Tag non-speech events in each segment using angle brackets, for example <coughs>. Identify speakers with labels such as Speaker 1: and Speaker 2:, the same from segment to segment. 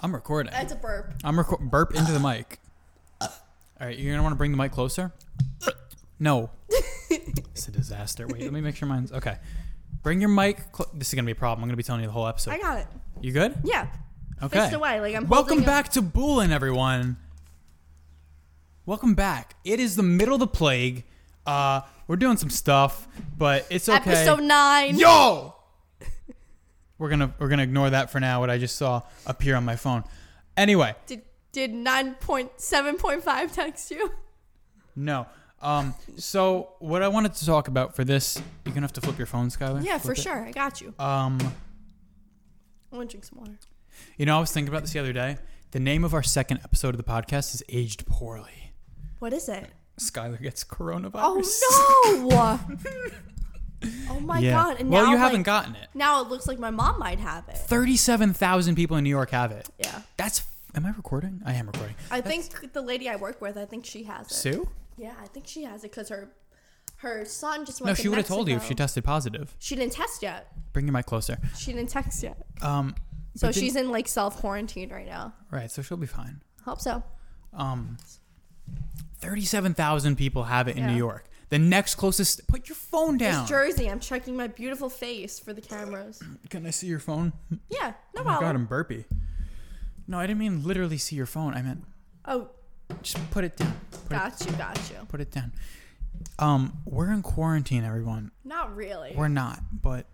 Speaker 1: I'm recording.
Speaker 2: That's a burp.
Speaker 1: I'm reco- burp into the
Speaker 2: <laughs>
Speaker 1: mic. All right, you're gonna want to bring the mic closer. No, it's a disaster. Wait, let me make sure mine's okay. Bring your mic. Cl- this is gonna be a problem. I'm gonna be telling you the whole episode.
Speaker 2: I got it.
Speaker 1: you good?
Speaker 2: Yeah.
Speaker 1: Okay.
Speaker 2: Fist away. Like I'm
Speaker 1: Welcome
Speaker 2: holding
Speaker 1: back to Boolin, everyone. Welcome back. It is the middle of the plague. Uh, we're doing some stuff, but it's
Speaker 2: A,
Speaker 1: okay.
Speaker 2: Episode nine. <laughs>
Speaker 1: Yo. we're gonna we're gonna ignore that for now. What I just saw appear on my phone. Anyway,
Speaker 2: Did did nine point seven point five text you?
Speaker 1: no. Um. So what I wanted to talk about for this, you're gonna have to flip your phone, Skylar.
Speaker 2: Yeah, for
Speaker 1: Flip it.
Speaker 2: sure. I got you.
Speaker 1: Um.
Speaker 2: I want to drink some water.
Speaker 1: You know, I was thinking about this the other day. The name of our second episode of the podcast is "Aged Poorly."
Speaker 2: What is it?
Speaker 1: Skylar gets coronavirus.
Speaker 2: Oh no!
Speaker 1: <laughs>
Speaker 2: oh my
Speaker 1: yeah.
Speaker 2: god! And
Speaker 1: well,
Speaker 2: now
Speaker 1: you
Speaker 2: like,
Speaker 1: haven't gotten it.
Speaker 2: Now it looks like my mom might have it.
Speaker 1: Thirty-seven thousand people in New York have it.
Speaker 2: Yeah.
Speaker 1: That's. Am I recording? I am recording.
Speaker 2: I think the lady I work with, I think she has it.
Speaker 1: Sue?
Speaker 2: Yeah, I think she has it because her her son just went
Speaker 1: No,
Speaker 2: to
Speaker 1: she would have told you if she
Speaker 2: Mexico.
Speaker 1: tested positive.
Speaker 2: she didn't test yet.
Speaker 1: Bring your mic closer.
Speaker 2: She didn't text yet.
Speaker 1: Um,
Speaker 2: So
Speaker 1: but did-
Speaker 2: she's in like self quarantine right now.
Speaker 1: right, so she'll be fine.
Speaker 2: Hope so.
Speaker 1: Um, thirty-seven thousand people have it in
Speaker 2: Yeah.
Speaker 1: New York. The next closest. Put your phone down.
Speaker 2: It's Jersey. I'm checking my beautiful face for the cameras. <clears throat>
Speaker 1: Can I see your phone?
Speaker 2: Yeah, no
Speaker 1: Oh my god,
Speaker 2: problem.
Speaker 1: I'm burpy. No, I didn't mean literally see your phone. I meant
Speaker 2: Oh,
Speaker 1: just put it down. Put, it,
Speaker 2: got you, got you.
Speaker 1: put it down. Um, we're in quarantine, everyone.
Speaker 2: Not really.
Speaker 1: We're not, but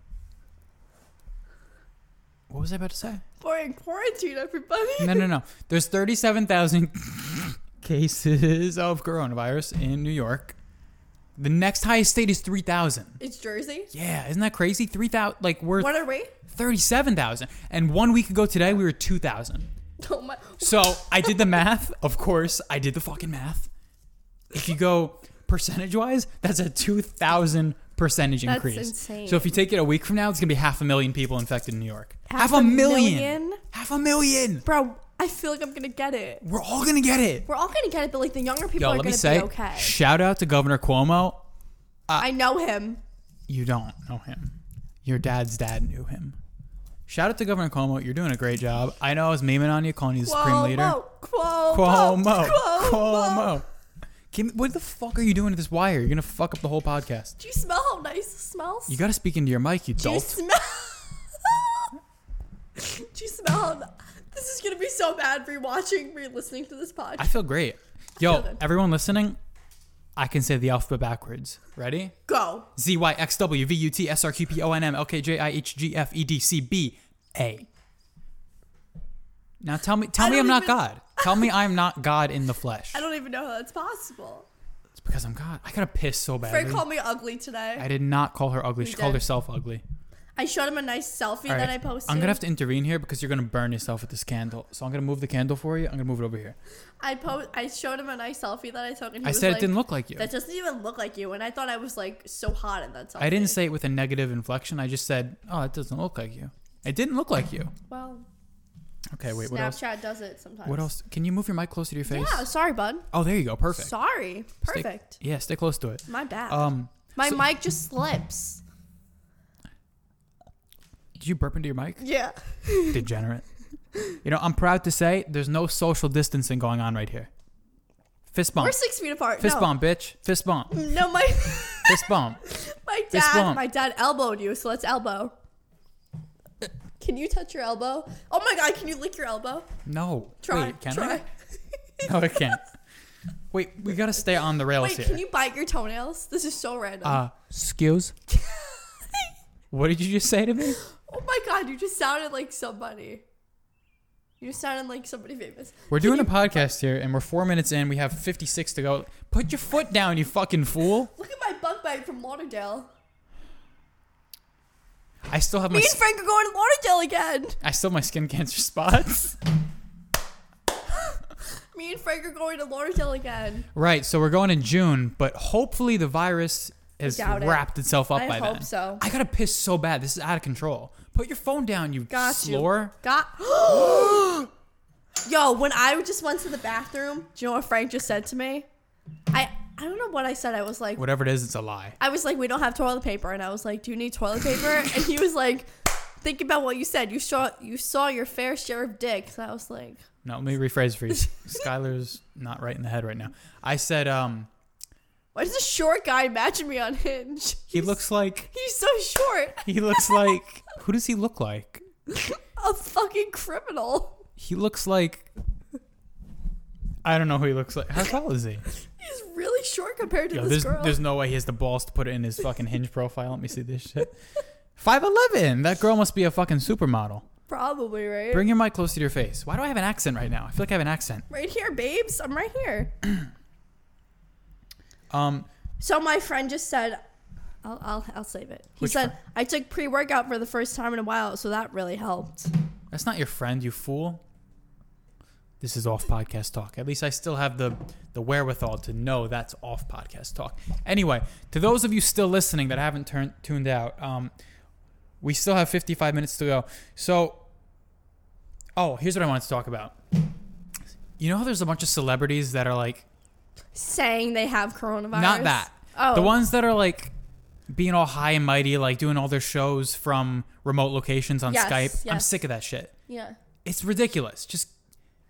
Speaker 1: what was I about to say?
Speaker 2: We're in quarantine, everybody.
Speaker 1: No, no, <laughs> no. There's 37,000 <laughs> cases of coronavirus in New York. The next highest state is 3,000.
Speaker 2: It's Jersey.
Speaker 1: Yeah, isn't that crazy? 3,000 like we're
Speaker 2: What are we? <laughs>
Speaker 1: 37,000 and 1 week ago today we were 2,000.
Speaker 2: Oh my.
Speaker 1: So, I did the math. <laughs> Of course, I did the fucking math. If you go percentage-wise, that's a 2,000 percentage
Speaker 2: That's
Speaker 1: increase.
Speaker 2: insane.
Speaker 1: So if you take it a week from now, it's going to be half a million people infected in New York.
Speaker 2: Half a million?
Speaker 1: Half a million.
Speaker 2: Bro, I feel like I'm gonna get it.
Speaker 1: We're all going to get it.
Speaker 2: We're all gonna get it, but like the younger people
Speaker 1: Yo,
Speaker 2: are
Speaker 1: let me
Speaker 2: gonna
Speaker 1: say, uh,
Speaker 2: be okay.
Speaker 1: shout out to Governor Cuomo.
Speaker 2: I know him.
Speaker 1: You don't know him. Your dad's dad knew him. Shout out to Governor Cuomo. You're doing a great job. I know I was memeing on you, calling you the Supreme Leader.
Speaker 2: Cuomo, Cuomo,
Speaker 1: Cuomo.
Speaker 2: Cuomo.
Speaker 1: Cuomo. Kim, what the fuck are you doing to this wire? You're going to fuck up the whole podcast.
Speaker 2: Do you smell how nice it smells?
Speaker 1: You got to speak into your mic, you
Speaker 2: Do you
Speaker 1: dolt.
Speaker 2: smell? <laughs> Do you smell? how- This is gonna be so bad. Rewatching, re-listening to this podcast.
Speaker 1: I feel great. Yo,
Speaker 2: feel good.
Speaker 1: everyone listening, I can say the alphabet backwards. Ready?
Speaker 2: Go.
Speaker 1: Z Y X W V U T S R Q P O N M L K J I H G F E D C B A. Now tell me, tell
Speaker 2: I
Speaker 1: me
Speaker 2: don't
Speaker 1: I'm not
Speaker 2: even-
Speaker 1: God. Tell me I'm not God in the flesh.
Speaker 2: I don't even know how that's possible.
Speaker 1: It's because I'm God. I gotta piss so
Speaker 2: Frank
Speaker 1: bad.
Speaker 2: called me ugly today.
Speaker 1: I did not call her ugly. She called
Speaker 2: did.
Speaker 1: herself ugly.
Speaker 2: I showed him a nice
Speaker 1: All
Speaker 2: selfie that
Speaker 1: right.
Speaker 2: I posted.
Speaker 1: I'm gonna have to intervene here because you're gonna burn yourself with this candle. So I'm gonna move the candle for you. I'm gonna move it over here.
Speaker 2: I po- I showed him a nice selfie that I took, and he
Speaker 1: I
Speaker 2: was
Speaker 1: said
Speaker 2: like,
Speaker 1: it didn't look like you.
Speaker 2: That doesn't even look like you. And I thought I was like so hot in that selfie.
Speaker 1: I didn't say it with a negative inflection. I just said, oh, it doesn't look like you. It didn't look like you.
Speaker 2: Well,
Speaker 1: Okay, wait. What else?
Speaker 2: Snapchat does it sometimes.
Speaker 1: What else? Can you move your mic closer to your face?
Speaker 2: Yeah. Sorry, bud.
Speaker 1: Oh, there you go. Perfect.
Speaker 2: Sorry.
Speaker 1: Stay-
Speaker 2: Perfect.
Speaker 1: yeah, stay close to it.
Speaker 2: My bad.
Speaker 1: Um,
Speaker 2: My mic just slips.
Speaker 1: did you burp into your mic?
Speaker 2: Yeah.
Speaker 1: Degenerate. You know, I'm proud to say there's no social distancing going on right here. Fist bump.
Speaker 2: We're six feet apart.
Speaker 1: Fist
Speaker 2: no.
Speaker 1: bump, bitch. Fist bump.
Speaker 2: No, my
Speaker 1: <laughs> Fist bump.
Speaker 2: my
Speaker 1: Fist
Speaker 2: dad
Speaker 1: bump.
Speaker 2: my dad elbowed you, so let's elbow. Can you touch your elbow? Oh my god, can you lick your elbow?
Speaker 1: No.
Speaker 2: Try.
Speaker 1: Wait, can
Speaker 2: try.
Speaker 1: I? No, I can't. Wait, we gotta stay on the rails
Speaker 2: Wait,
Speaker 1: here.
Speaker 2: can you bite your toenails? This is so random.
Speaker 1: uh, excuse. What did you just say to me?
Speaker 2: oh my god, you just sounded like somebody. You sounded like somebody famous.
Speaker 1: We're doing a podcast here, and we're four minutes in. We have 56 to go. Put your foot down, you fucking fool.
Speaker 2: Look at my bug bite from Lauderdale.
Speaker 1: I still have my.
Speaker 2: Me and
Speaker 1: s-
Speaker 2: Frank are going to Lauderdale again.
Speaker 1: I still have my skin cancer <laughs> spots.
Speaker 2: Me and Frank are going to Lauderdale again.
Speaker 1: Right, so we're going in June, but hopefully the virus has
Speaker 2: Doubt it.
Speaker 1: wrapped itself up
Speaker 2: I
Speaker 1: by
Speaker 2: hope
Speaker 1: then.
Speaker 2: so.
Speaker 1: I gotta piss so bad. This is out of control. Put your phone down, you
Speaker 2: Got
Speaker 1: slore.
Speaker 2: you. Got. <gasps> Yo, when I just went to the bathroom, do you know what Frank just said to me? I I don't know what I said. I was like,
Speaker 1: Whatever it is, it's a lie.
Speaker 2: <laughs> I was like, we don't have toilet paper, and I was like, do you need toilet paper? and he was like, think about what you said. You saw you saw your fair share of dick. So I was like,
Speaker 1: No, let me rephrase
Speaker 2: <laughs>
Speaker 1: for you. Skylar's not right in the head right now. I said, um,
Speaker 2: why does a short guy match me on Hinge? <laughs>
Speaker 1: he looks like
Speaker 2: He's so short.
Speaker 1: he looks
Speaker 2: <laughs>
Speaker 1: like who does he look like?
Speaker 2: A fucking criminal.
Speaker 1: He looks like I don't know who he looks like. How tall is
Speaker 2: <laughs>
Speaker 1: he?
Speaker 2: He's really short compared to
Speaker 1: Yo, there's
Speaker 2: this girl.
Speaker 1: there's no way he has the balls to put it in his fucking hinge profile. Let me see this shit. Five eleven. That girl must be a fucking supermodel.
Speaker 2: Probably right.
Speaker 1: Bring your mic close to your face. Why do I have an accent right now? I feel like I have an accent.
Speaker 2: right here, babes. I'm right here.
Speaker 1: Um,
Speaker 2: So my friend just said, I'll, I'll, I'll save it. He
Speaker 1: Which
Speaker 2: said, I took pre workout for the first time in a while, so that really helped.
Speaker 1: that's not your friend, you fool. This is off podcast talk. At least I still have the the wherewithal to know that's off podcast talk. Anyway, to those of you still listening that haven't turned tuned out, um, we still have 55 minutes to go. So, oh, here's what I wanted to talk about. You know how there's a bunch of celebrities that are like
Speaker 2: Saying they have coronavirus.
Speaker 1: Not that.
Speaker 2: Oh.
Speaker 1: The ones that are like being all high and mighty, like doing all their shows from remote locations on
Speaker 2: Yes,
Speaker 1: Skype. I'm
Speaker 2: yes.
Speaker 1: sick of that shit.
Speaker 2: Yeah.
Speaker 1: It's ridiculous. Just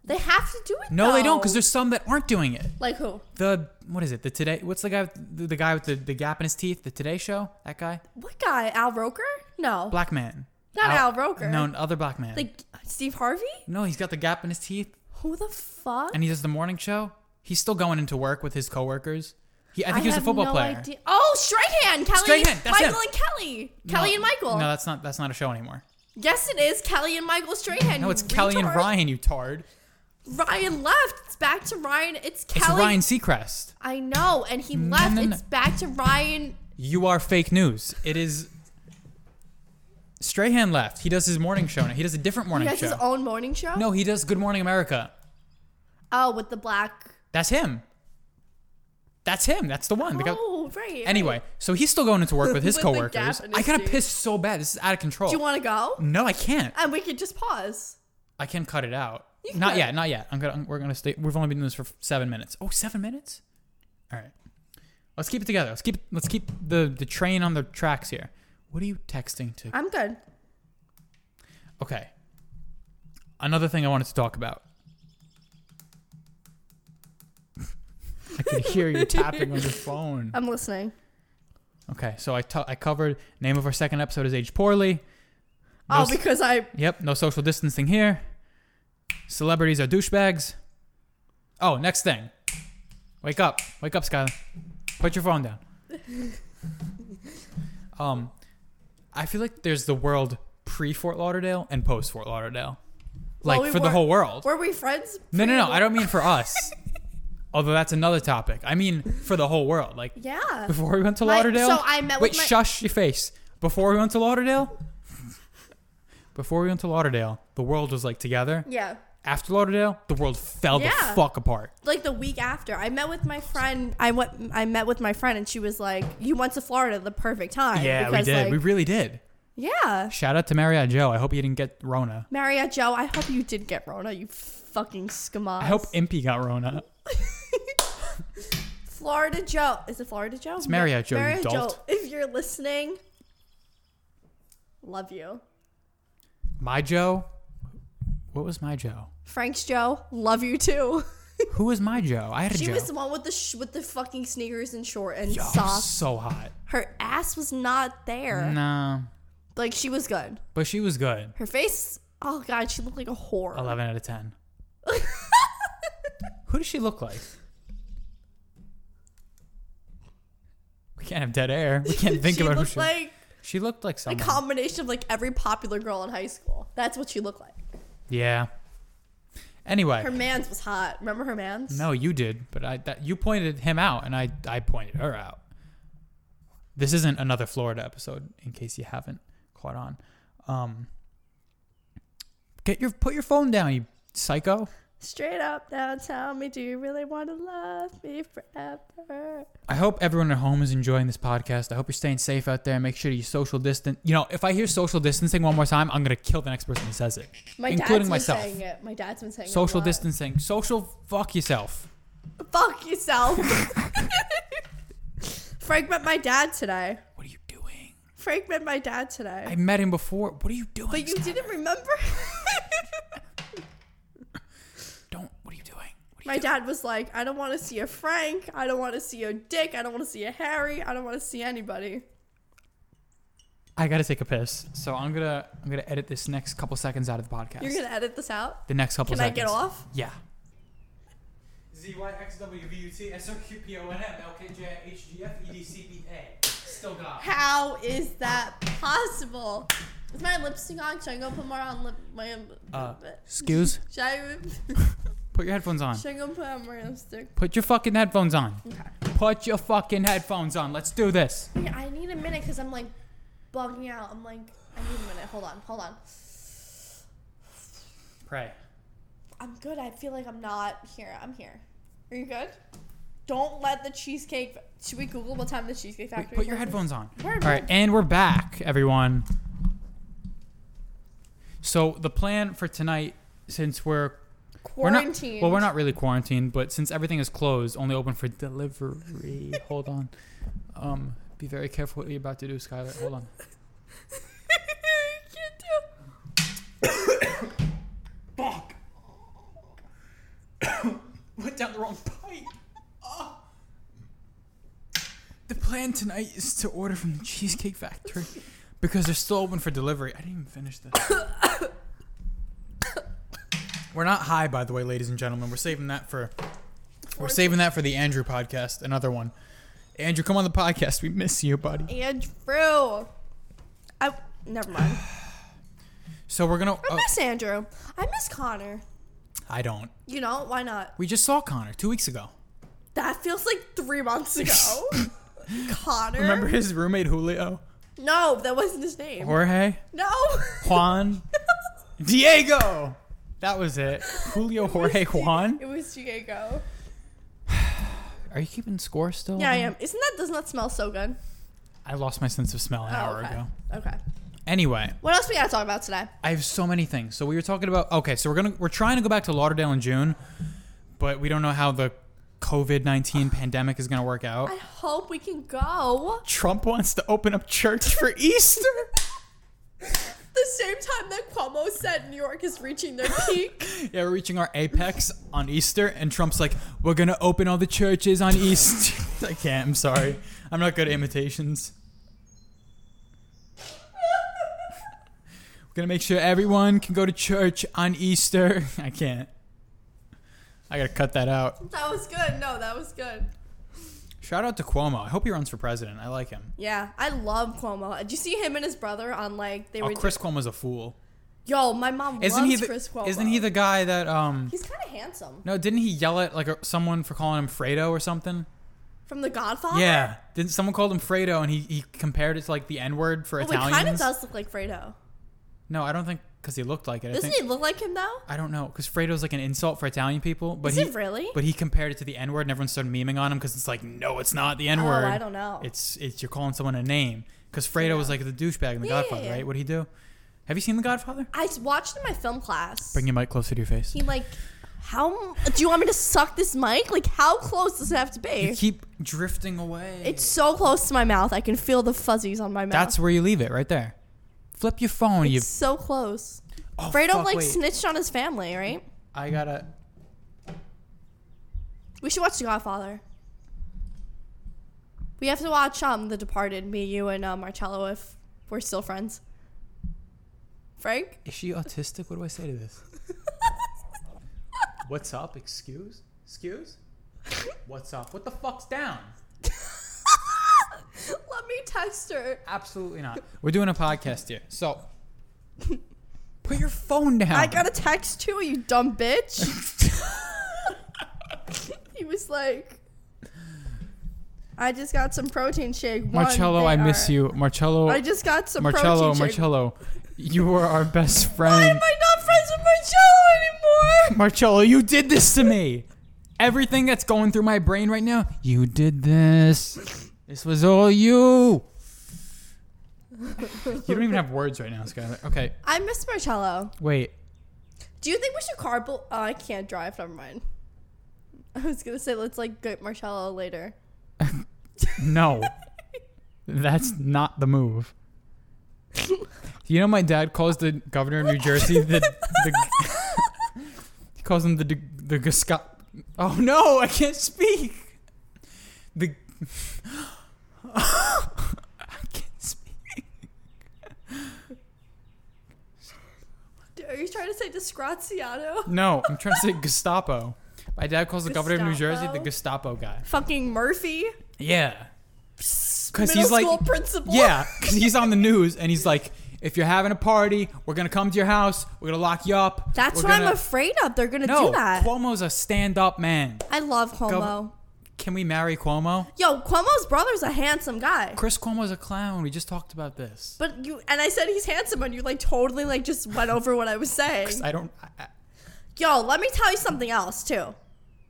Speaker 2: They have to do it.
Speaker 1: no, they don't,
Speaker 2: though.
Speaker 1: because there's some that aren't doing it.
Speaker 2: Like who?
Speaker 1: The what is it? The today? What's the guy? With, the, the guy with the, the gap in his teeth? The Today Show? That guy?
Speaker 2: What guy? Al Roker? No.
Speaker 1: Black man?
Speaker 2: Not Al Roker.
Speaker 1: No, other black man.
Speaker 2: Like Steve Harvey?
Speaker 1: no, he's got the gap in his teeth,
Speaker 2: Who the fuck?
Speaker 1: and he does the morning show. He's still going into work with his coworkers. He, I think he was a
Speaker 2: have
Speaker 1: football
Speaker 2: no
Speaker 1: player.
Speaker 2: idea- Oh, Strahan, Kelly,
Speaker 1: Strahan, that's
Speaker 2: Michael
Speaker 1: him.
Speaker 2: and Kelly,
Speaker 1: No,
Speaker 2: Kelly and Michael.
Speaker 1: No, that's not that's not a show anymore.
Speaker 2: yes, it is Kelly and Michael Strahan.
Speaker 1: No,
Speaker 2: you
Speaker 1: it's Kelly and
Speaker 2: retard.
Speaker 1: Ryan. You tard.
Speaker 2: Ryan left. It's back to Ryan. It's
Speaker 1: It's
Speaker 2: Kelly.
Speaker 1: Ryan Seacrest.
Speaker 2: I know, and he left.
Speaker 1: no, no.
Speaker 2: It's back to Ryan.
Speaker 1: You are fake news. It is. Strahan left. He does his morning show now. He does a different
Speaker 2: He
Speaker 1: morning
Speaker 2: has
Speaker 1: show.
Speaker 2: his own morning show.
Speaker 1: no, he does Good Morning America.
Speaker 2: Oh, with the black.
Speaker 1: That's him. That's him. That's the one. The guy-
Speaker 2: Oh, right.
Speaker 1: Anyway, so he's still going
Speaker 2: <laughs>
Speaker 1: into work with his
Speaker 2: With the gap
Speaker 1: coworkers.
Speaker 2: in
Speaker 1: I
Speaker 2: his
Speaker 1: gotta
Speaker 2: teeth.
Speaker 1: piss so bad. This is out of control.
Speaker 2: Do you want to go?
Speaker 1: no, I can't.
Speaker 2: And we could just pause.
Speaker 1: I can cut it out.
Speaker 2: You
Speaker 1: Not
Speaker 2: could.
Speaker 1: yet. Not yet. I'm gonna. We're gonna stay. We've only been doing this for f- seven minutes. Oh, seven minutes. All right. Let's keep it together. Let's keep. Let's keep the the train on the tracks here. What are you texting to?
Speaker 2: I'm good.
Speaker 1: Okay. Another thing I wanted to talk about. <laughs> I can hear you tapping <laughs> on your phone.
Speaker 2: I'm listening.
Speaker 1: Okay, so I t- I covered name of our second episode is Age Poorly. No
Speaker 2: Oh,
Speaker 1: s-
Speaker 2: because I.
Speaker 1: Yep, no social distancing here. Celebrities are douchebags. Oh, next thing. Wake up. Wake up, Skylar. Put your phone
Speaker 2: <laughs>
Speaker 1: down. um, I feel like there's the world pre Fort Lauderdale and post Fort Lauderdale. Like
Speaker 2: we
Speaker 1: for the
Speaker 2: were-
Speaker 1: whole world.
Speaker 2: Were we friends?
Speaker 1: No, no, no. I
Speaker 2: pre-
Speaker 1: don't mean for
Speaker 2: <laughs>
Speaker 1: us. Although that's another topic. I mean for the whole world. Like
Speaker 2: Yeah.
Speaker 1: before we went to
Speaker 2: My-
Speaker 1: Lauderdale.
Speaker 2: so I met
Speaker 1: Wait,
Speaker 2: with my-
Speaker 1: shush your face. Before we went to Lauderdale. <laughs> before we went to Lauderdale, the world was like together.
Speaker 2: Yeah.
Speaker 1: After Lauderdale, the world fell
Speaker 2: Yeah.
Speaker 1: the fuck apart.
Speaker 2: Like the week after, I met with my friend. I went. I met with my friend, and she was like, "You went to Florida, at the perfect time."
Speaker 1: Yeah, we
Speaker 2: because,
Speaker 1: did.
Speaker 2: like-
Speaker 1: we really did.
Speaker 2: yeah.
Speaker 1: Shout out to Marriott Joe. I hope you didn't get Rona.
Speaker 2: Maria Joe, I hope you did get Rona. You fucking skamaz.
Speaker 1: I hope Impy got Rona.
Speaker 2: Florida Joe. Is it Florida Joe? It's
Speaker 1: Marriott Joe, you dolt.
Speaker 2: if you're listening, love you.
Speaker 1: My Joe. What was my Joe?
Speaker 2: Frank's Joe, love you too.
Speaker 1: Who was my Joe? I had a
Speaker 2: <laughs> she
Speaker 1: Joe.
Speaker 2: was the one with the sh- with the fucking sneakers and short and
Speaker 1: Yo,
Speaker 2: socks.
Speaker 1: so hot.
Speaker 2: Her ass was not there.
Speaker 1: Nah,
Speaker 2: Like she was good.
Speaker 1: but she was good.
Speaker 2: Her face. Oh god, she looked like a whore.
Speaker 1: 11 out of
Speaker 2: <laughs>
Speaker 1: 10. Who does she look like? We can't have dead air. We
Speaker 2: <laughs>
Speaker 1: can't think
Speaker 2: she
Speaker 1: about who
Speaker 2: looked
Speaker 1: she
Speaker 2: like
Speaker 1: She looked like
Speaker 2: a
Speaker 1: someone.
Speaker 2: combination of like every popular girl in high school. That's what she looked like.
Speaker 1: yeah. Anyway,
Speaker 2: Her man's was hot. Remember her man's?
Speaker 1: no, you did, but I that you pointed him out and I I pointed her out. This isn't another Florida episode in case you haven't caught on. Um Get your put your phone down, you psycho.
Speaker 2: Straight up now, tell me, do you really want to love me forever?
Speaker 1: I hope everyone at home is enjoying this podcast. I hope you're staying safe out there. Make sure you social distance. You know, if I hear social distancing one more time, I'm gonna kill the next person who says it,
Speaker 2: My
Speaker 1: including
Speaker 2: dad's
Speaker 1: myself.
Speaker 2: been saying it. My dad's been saying it a
Speaker 1: Social
Speaker 2: lot.
Speaker 1: distancing. Social. Fuck yourself. <laughs>
Speaker 2: Fuck yourself. Frank met my dad today.
Speaker 1: What are you doing?
Speaker 2: Frank met my dad today.
Speaker 1: I met him before. What are you doing?
Speaker 2: but you
Speaker 1: Skylar?
Speaker 2: didn't remember? <laughs>
Speaker 1: Don't. What are you doing? What are
Speaker 2: my
Speaker 1: you
Speaker 2: dad was like, I don't want to see a Frank. I don't want to see a Dick. I don't want to see a Harry. I don't want to see anybody.
Speaker 1: doing? I gotta take a piss, so I'm gonna I'm gonna edit this next couple seconds out of the podcast.
Speaker 2: You're going to edit this out?
Speaker 1: the next couple
Speaker 2: Can I
Speaker 1: seconds.
Speaker 2: get off?
Speaker 1: Yeah. Z Y X W V U T S O Q P O N M L K J H G F E D C B A. Still got.
Speaker 2: How is that possible? Is my lipstick on? Should I go put more on lip? My
Speaker 1: Uh, Excuse.
Speaker 2: should I <laughs>
Speaker 1: Put your headphones on.
Speaker 2: should I go put on my lipstick?
Speaker 1: Put your fucking headphones on.
Speaker 2: Okay.
Speaker 1: Put your fucking headphones on. Let's do this.
Speaker 2: Yeah, I need a minute because I'm like bugging out. I'm like, I need a minute. Hold on, hold on.
Speaker 1: Pray.
Speaker 2: I'm good. I feel like I'm not here. I'm here. Are you good? Don't let the cheesecake. Should we Google what time the
Speaker 1: Wait,
Speaker 2: cheesecake factory?
Speaker 1: put your headphones
Speaker 2: closes?
Speaker 1: on.
Speaker 2: Where
Speaker 1: All right, and we're back, everyone. So the plan for tonight, since we're we're not
Speaker 2: quarantine.
Speaker 1: well, we're
Speaker 2: <laughs>
Speaker 1: not really quarantined, but since everything is closed, only open for delivery. Hold on, um, be very careful what you're about to do, Skylar. Hold on.
Speaker 2: Can't do.
Speaker 1: Fuck. <coughs> Went down the wrong pipe. Oh. The plan tonight is to order from the Cheesecake Factory because they're still open for delivery. I didn't even finish this. <coughs> We're not high, by the way, ladies and gentlemen. We're saving that for we're saving that for the Andrew podcast, another one. Andrew, come on the podcast. We miss you, buddy.
Speaker 2: Andrew. I never mind.
Speaker 1: So we're gonna.
Speaker 2: I
Speaker 1: Oh,
Speaker 2: miss Andrew. I miss Connor.
Speaker 1: I don't.
Speaker 2: You know why not?
Speaker 1: We just saw Connor two weeks ago.
Speaker 2: That feels like three months
Speaker 1: <laughs>
Speaker 2: ago. Connor.
Speaker 1: Remember his roommate Julio,
Speaker 2: No, that wasn't his name.
Speaker 1: Jorge.
Speaker 2: no. <laughs>
Speaker 1: Juan Diego. That was
Speaker 2: <laughs>
Speaker 1: it. Julio Jorge Juan.
Speaker 2: It was Diego.
Speaker 1: Are you keeping score still?
Speaker 2: Yeah, I am. Isn't that doesn't that smell so good?
Speaker 1: I lost my sense of smell an
Speaker 2: Oh,
Speaker 1: hour
Speaker 2: okay.
Speaker 1: ago.
Speaker 2: Okay.
Speaker 1: Anyway,
Speaker 2: What else we gotta talk about today?
Speaker 1: I have so many things. So we were talking about okay, so we're gonna we're trying to go back to Lauderdale in June, but we don't know how the COVID nineteen pandemic is gonna work out.
Speaker 2: I hope we can go
Speaker 1: Trump wants to open up church for Easter.
Speaker 2: the same time that Cuomo said New York is reaching <laughs> their peak.
Speaker 1: yeah, we're reaching our apex on Easter, and Trump's like, "We're gonna open all the churches on Easter." <laughs> I can't. I'm sorry. I'm not good at imitations. We're gonna make sure everyone can go to church on Easter. <laughs> I can't. I gotta cut that out.
Speaker 2: that was good. No, that was good.
Speaker 1: Shout out to Cuomo. I hope he runs for president. I like him.
Speaker 2: Yeah, I love Cuomo. Did you see him and his brother on like they
Speaker 1: Oh,
Speaker 2: were?
Speaker 1: Chris Cuomo's a fool.
Speaker 2: Yo, my mom
Speaker 1: Isn't
Speaker 2: loves
Speaker 1: he? The,
Speaker 2: Chris Cuomo.
Speaker 1: Isn't he the guy that um?
Speaker 2: He's kind of handsome.
Speaker 1: No, didn't he yell at like someone for calling him Fredo or something?
Speaker 2: From The Godfather.
Speaker 1: Yeah. Didn't someone called him Fredo and he, he compared it to like the N word for
Speaker 2: Well, he
Speaker 1: Italians?
Speaker 2: kind of Oh, does look like Fredo.
Speaker 1: No, I don't think because he looked like it. I
Speaker 2: Doesn't
Speaker 1: think
Speaker 2: he look like him though?
Speaker 1: I don't know because Fredo's like an insult for Italian people, but
Speaker 2: Is
Speaker 1: he
Speaker 2: it really?
Speaker 1: but he compared it to the N word and everyone started memeing on him because it's like no, it's not the N
Speaker 2: Oh,
Speaker 1: word.
Speaker 2: I don't know.
Speaker 1: It's it's you're calling someone a name because Fredo was like the douchebag in The
Speaker 2: Yeah, yeah,
Speaker 1: Godfather,
Speaker 2: yeah.
Speaker 1: right? What would he do? Have you seen The Godfather?
Speaker 2: I s- watched in my film class.
Speaker 1: Bring your mic closer to your face.
Speaker 2: he like, how m- do you want me to suck this mic? Like, how close does it have to
Speaker 1: you
Speaker 2: be?
Speaker 1: keep drifting away.
Speaker 2: It's so close to my mouth. I can feel the fuzzies on my mouth.
Speaker 1: that's where you leave it right there. Flip your phone. You
Speaker 2: It's so close.
Speaker 1: oh,
Speaker 2: Fredo
Speaker 1: fuck,
Speaker 2: like
Speaker 1: wait.
Speaker 2: snitched on his family, right?
Speaker 1: I gotta.
Speaker 2: We should watch The Godfather. We have to watch um The Departed. Me, you, and uh, Marcello if we're still friends. Frank, <laughs>
Speaker 1: Is she autistic? What do I say to this? What's up? Excuse? Excuse? What's up? What the fuck's down?
Speaker 2: let me text her.
Speaker 1: Absolutely not. We're doing a podcast here. So put your phone down.
Speaker 2: I got a text too, you dumb
Speaker 1: <laughs>
Speaker 2: bitch. he was like, I just got some protein shake. One,
Speaker 1: Marcello,
Speaker 2: they
Speaker 1: I miss
Speaker 2: are-
Speaker 1: you. Marcello
Speaker 2: I just got some
Speaker 1: Marcello
Speaker 2: protein shake.
Speaker 1: Marcello. You were our best
Speaker 2: <laughs> Why am
Speaker 1: friend.
Speaker 2: I not friends with Marcello
Speaker 1: <laughs>
Speaker 2: anymore?
Speaker 1: Marcello, you did this to me. Everything that's going through my brain right now, you did this. This was all you. you don't even have words right now, Skylar. Okay,
Speaker 2: I miss Marcello.
Speaker 1: wait.
Speaker 2: Do you think we should carpool? Oh, I can't drive. Never mind. I was gonna say let's like get Marcello later.
Speaker 1: No. That's not the move. You know, my dad calls the governor of New Jersey the. the he calls him the the, the Gasco- Oh no, I can't speak. The. I can't speak.
Speaker 2: Are you trying to say disgraziato?
Speaker 1: No, I'm trying to say Gestapo. My dad calls the governor of New Jersey the Gestapo guy.
Speaker 2: Fucking Murphy.
Speaker 1: Yeah.
Speaker 2: Because
Speaker 1: he's like-
Speaker 2: school principal.
Speaker 1: Yeah, because he's on the news and he's like, if you're having a party, we're going to come to your house. We're going to lock you up.
Speaker 2: That's
Speaker 1: we're
Speaker 2: what
Speaker 1: gonna-"
Speaker 2: I'm afraid of. They're gonna
Speaker 1: No,
Speaker 2: do that.
Speaker 1: Cuomo's a stand up man.
Speaker 2: I love Cuomo.
Speaker 1: Can we marry Cuomo?
Speaker 2: Yo, Cuomo's brother's a handsome guy.
Speaker 1: Chris Cuomo's a clown. We just talked about this.
Speaker 2: But you and I said he's handsome, and you like totally like just went over what I was saying.
Speaker 1: I don't. I, I-
Speaker 2: Yo, let me tell you something else too.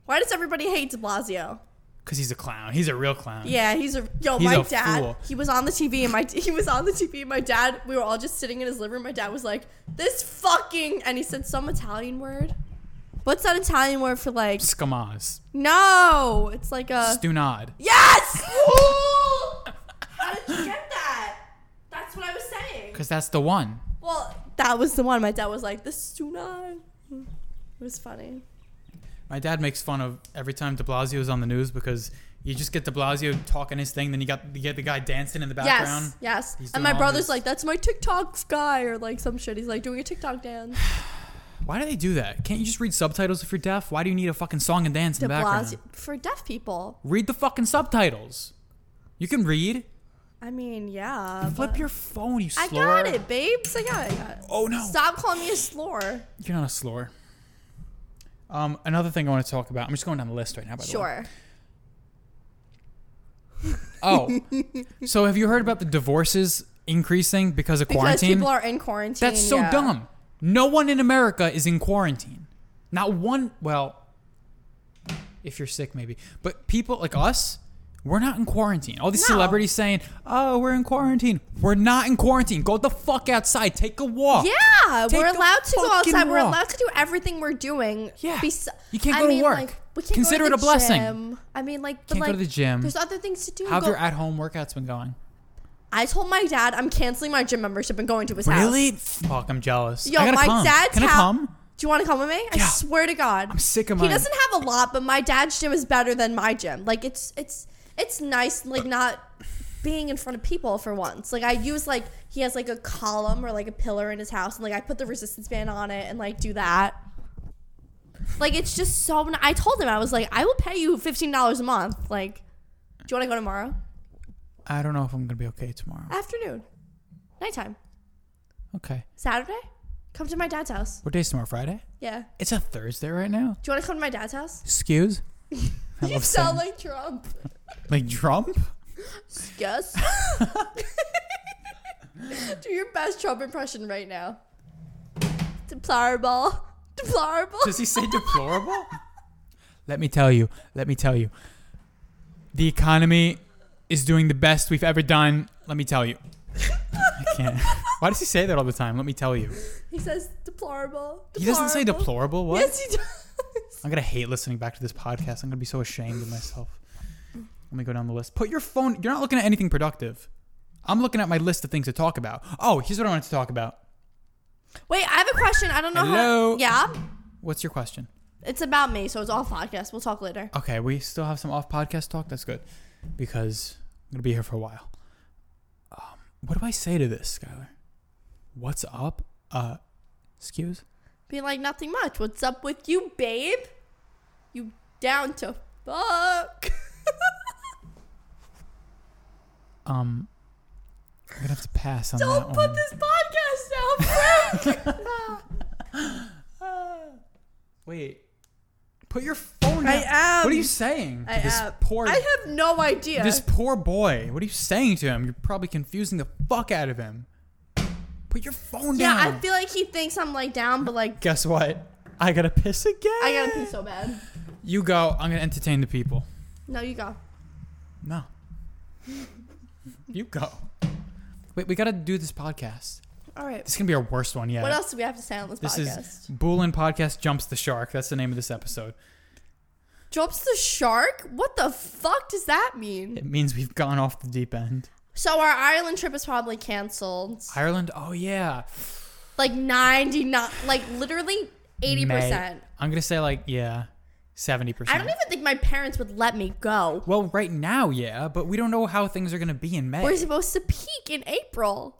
Speaker 2: Why does everybody hate De Blasio?
Speaker 1: Cause he's a clown. He's a real clown.
Speaker 2: Yeah, he's a yo.
Speaker 1: He's
Speaker 2: my
Speaker 1: a
Speaker 2: dad,
Speaker 1: fool.
Speaker 2: he was on the TV, and my <laughs> he was on the TV, and my dad. We were all just sitting in his living room. My dad was like, "This fucking," and he said some Italian word. What's that Italian word for like?
Speaker 1: Scamas.
Speaker 2: No, it's like a
Speaker 1: Stunad.
Speaker 2: <laughs> yes. How did you get that? That's what I was saying.
Speaker 1: Cause that's the one.
Speaker 2: Well, that was the one. My dad was like, "This tsunami." It was funny.
Speaker 1: My dad makes fun of every time De Blasio's on the news because you just get De Blasio talking his thing, then you got you get the guy dancing in the background.
Speaker 2: Yes,
Speaker 1: He's
Speaker 2: yes. And
Speaker 1: doing
Speaker 2: my
Speaker 1: all
Speaker 2: brother's
Speaker 1: this-
Speaker 2: like, "That's my TikTok guy," or like some shit. He's like doing a TikTok dance.
Speaker 1: Why do they do that? Can't you just read subtitles if you're deaf? Why do you need a fucking song and dance in <laughs>
Speaker 2: De
Speaker 1: the background?
Speaker 2: Blasio for deaf people.
Speaker 1: Read the fucking subtitles. You can read.
Speaker 2: I mean, yeah.
Speaker 1: Flip
Speaker 2: but-
Speaker 1: your phone, you slur.
Speaker 2: I got it, babes. I got it. I got it.
Speaker 1: Oh no.
Speaker 2: Stop calling me a slur.
Speaker 1: You're not a slur. Um, another thing I want to talk about. I'm just going down the list right now. By the way.
Speaker 2: Sure.
Speaker 1: Oh, so have you heard about the divorces increasing because of
Speaker 2: <laughs> Because
Speaker 1: quarantine?
Speaker 2: people are in quarantine.
Speaker 1: That's so
Speaker 2: yeah.
Speaker 1: dumb. No one in America is in quarantine. Not one. Well, if you're sick, maybe. But people like us, we're not in quarantine. All these
Speaker 2: No.
Speaker 1: celebrities saying, "Oh, we're in quarantine." We're not in quarantine. Go the fuck outside. Take a walk.
Speaker 2: Yeah,
Speaker 1: Take
Speaker 2: we're
Speaker 1: a
Speaker 2: allowed to go
Speaker 1: fucking
Speaker 2: outside. We're
Speaker 1: walk.
Speaker 2: allowed to do everything we're doing.
Speaker 1: Yeah.
Speaker 2: Bes-
Speaker 1: You can't
Speaker 2: I
Speaker 1: go to
Speaker 2: mean,
Speaker 1: work.
Speaker 2: Like, we can't
Speaker 1: Consider
Speaker 2: go to
Speaker 1: it a
Speaker 2: the
Speaker 1: blessing.
Speaker 2: Gym. I mean, like, but
Speaker 1: Can't go
Speaker 2: like,
Speaker 1: to the gym.
Speaker 2: There's other things to do.
Speaker 1: How have
Speaker 2: Go-
Speaker 1: your at-home workouts been going?
Speaker 2: I told my dad I'm canceling my gym membership and going to his house.
Speaker 1: Really? Fuck, I'm jealous.
Speaker 2: Yo,
Speaker 1: I gotta
Speaker 2: my
Speaker 1: come.
Speaker 2: dad's
Speaker 1: Can I
Speaker 2: ha-
Speaker 1: come?
Speaker 2: Do you want to come with me? I
Speaker 1: Yeah.
Speaker 2: swear to God, I'm
Speaker 1: sick of
Speaker 2: He
Speaker 1: mine.
Speaker 2: doesn't have a lot, but my dad's gym is better than my gym. Like it's it's it's nice, like not being in front of people for once. Like I use like he has like a column or like a pillar in his house, and like I put the resistance band on it and like do that. Like it's just so. n- I told him I was like, I will pay you fifteen dollars a month. Like, do you want to go tomorrow
Speaker 1: I don't know if I'm gonna be okay tomorrow.
Speaker 2: afternoon, nighttime,
Speaker 1: Okay.
Speaker 2: Saturday? Come to my dad's house.
Speaker 1: What day's tomorrow? Friday?
Speaker 2: Yeah.
Speaker 1: It's a Thursday right now.
Speaker 2: Do you want to come to my dad's house?
Speaker 1: Excuse? I
Speaker 2: <laughs> You
Speaker 1: love
Speaker 2: sound
Speaker 1: saying-
Speaker 2: like Trump.
Speaker 1: like Trump? <laughs>
Speaker 2: Yes. Do your best Trump impression right now. Deplorable. Deplorable.
Speaker 1: Does he say deplorable? let me tell you. Let me tell you. The economy is doing the best we've ever done. Let me tell you. I can't. <laughs> Why does he say that all the time? Let me tell you.
Speaker 2: He says deplorable.
Speaker 1: He doesn't say deplorable. What?
Speaker 2: Yes, he does.
Speaker 1: I'm gonna hate listening back to this podcast. I'm gonna be so ashamed of myself. Let me go down the list. Put your phone. You're not looking at anything productive. I'm looking at my list of things to talk about. Oh, here's what I wanted to talk about.
Speaker 2: Wait, I have a question. I don't know
Speaker 1: Hello?
Speaker 2: how. Yeah.
Speaker 1: What's your question?
Speaker 2: It's about me, so it's off podcast. We'll talk later.
Speaker 1: Okay, we still have some off podcast talk. That's good because I'm gonna be here for a while. Um, what do I say to this, Skylar? What's up? Uh, excuse.
Speaker 2: Be like nothing much. What's up with you, babe? You down to fuck? <laughs>
Speaker 1: Um, I'm gonna have to pass on
Speaker 2: Don't
Speaker 1: that
Speaker 2: put
Speaker 1: one.
Speaker 2: this podcast down,
Speaker 1: <laughs>
Speaker 2: Frank. <laughs>
Speaker 1: Wait, put your phone.
Speaker 2: I
Speaker 1: Down.
Speaker 2: am.
Speaker 1: What are you saying? to
Speaker 2: I
Speaker 1: this
Speaker 2: am.
Speaker 1: poor
Speaker 2: I have no idea.
Speaker 1: This poor boy. What are you saying to him? You're probably confusing the fuck out of him. Put your phone
Speaker 2: yeah,
Speaker 1: down.
Speaker 2: I feel like he thinks I'm like down, but like
Speaker 1: Guess what? I gotta piss again.
Speaker 2: I gotta pee so bad.
Speaker 1: You go. I'm gonna entertain the people.
Speaker 2: No, you go.
Speaker 1: No. you go. Wait, we gotta do this podcast.
Speaker 2: All right.
Speaker 1: This is gonna be our worst one yet.
Speaker 2: What else do we have to say on this,
Speaker 1: This
Speaker 2: podcast?
Speaker 1: is Boolin Podcast Jumps the Shark. That's the name of this episode.
Speaker 2: Drops the shark? What the fuck does that mean?
Speaker 1: It means we've gone off the deep end.
Speaker 2: So our Ireland trip is probably canceled.
Speaker 1: Ireland. Oh yeah.
Speaker 2: Like ninety nine, like literally eighty
Speaker 1: May.
Speaker 2: percent.
Speaker 1: I'm gonna say like yeah, seventy
Speaker 2: I
Speaker 1: percent.
Speaker 2: don't even think my parents would let me go.
Speaker 1: Well, right now, yeah, but we don't know how things are gonna be in May.
Speaker 2: We're supposed to peak in April,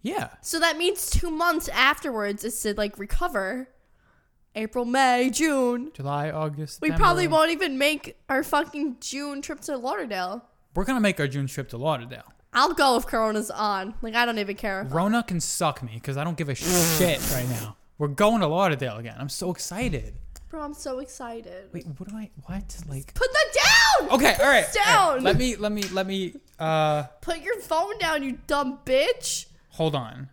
Speaker 1: yeah.
Speaker 2: so that means two months afterwards is to like recover. April, May, June.
Speaker 1: July, August.
Speaker 2: We
Speaker 1: September.
Speaker 2: probably won't even make our fucking June trip to Lauderdale.
Speaker 1: We're gonna make our June trip to Lauderdale.
Speaker 2: I'll go if Corona's on. Like I don't even care.
Speaker 1: Rona can suck me because I don't give a shit right now. We're going to Lauderdale again. I'm so excited.
Speaker 2: Bro, I'm so excited.
Speaker 1: Wait, what do I? What like?
Speaker 2: Put that down.
Speaker 1: Okay, all right. all right.
Speaker 2: down.
Speaker 1: Let me, let me, let me. Uh,
Speaker 2: Put your phone down, you dumb bitch.
Speaker 1: hold on.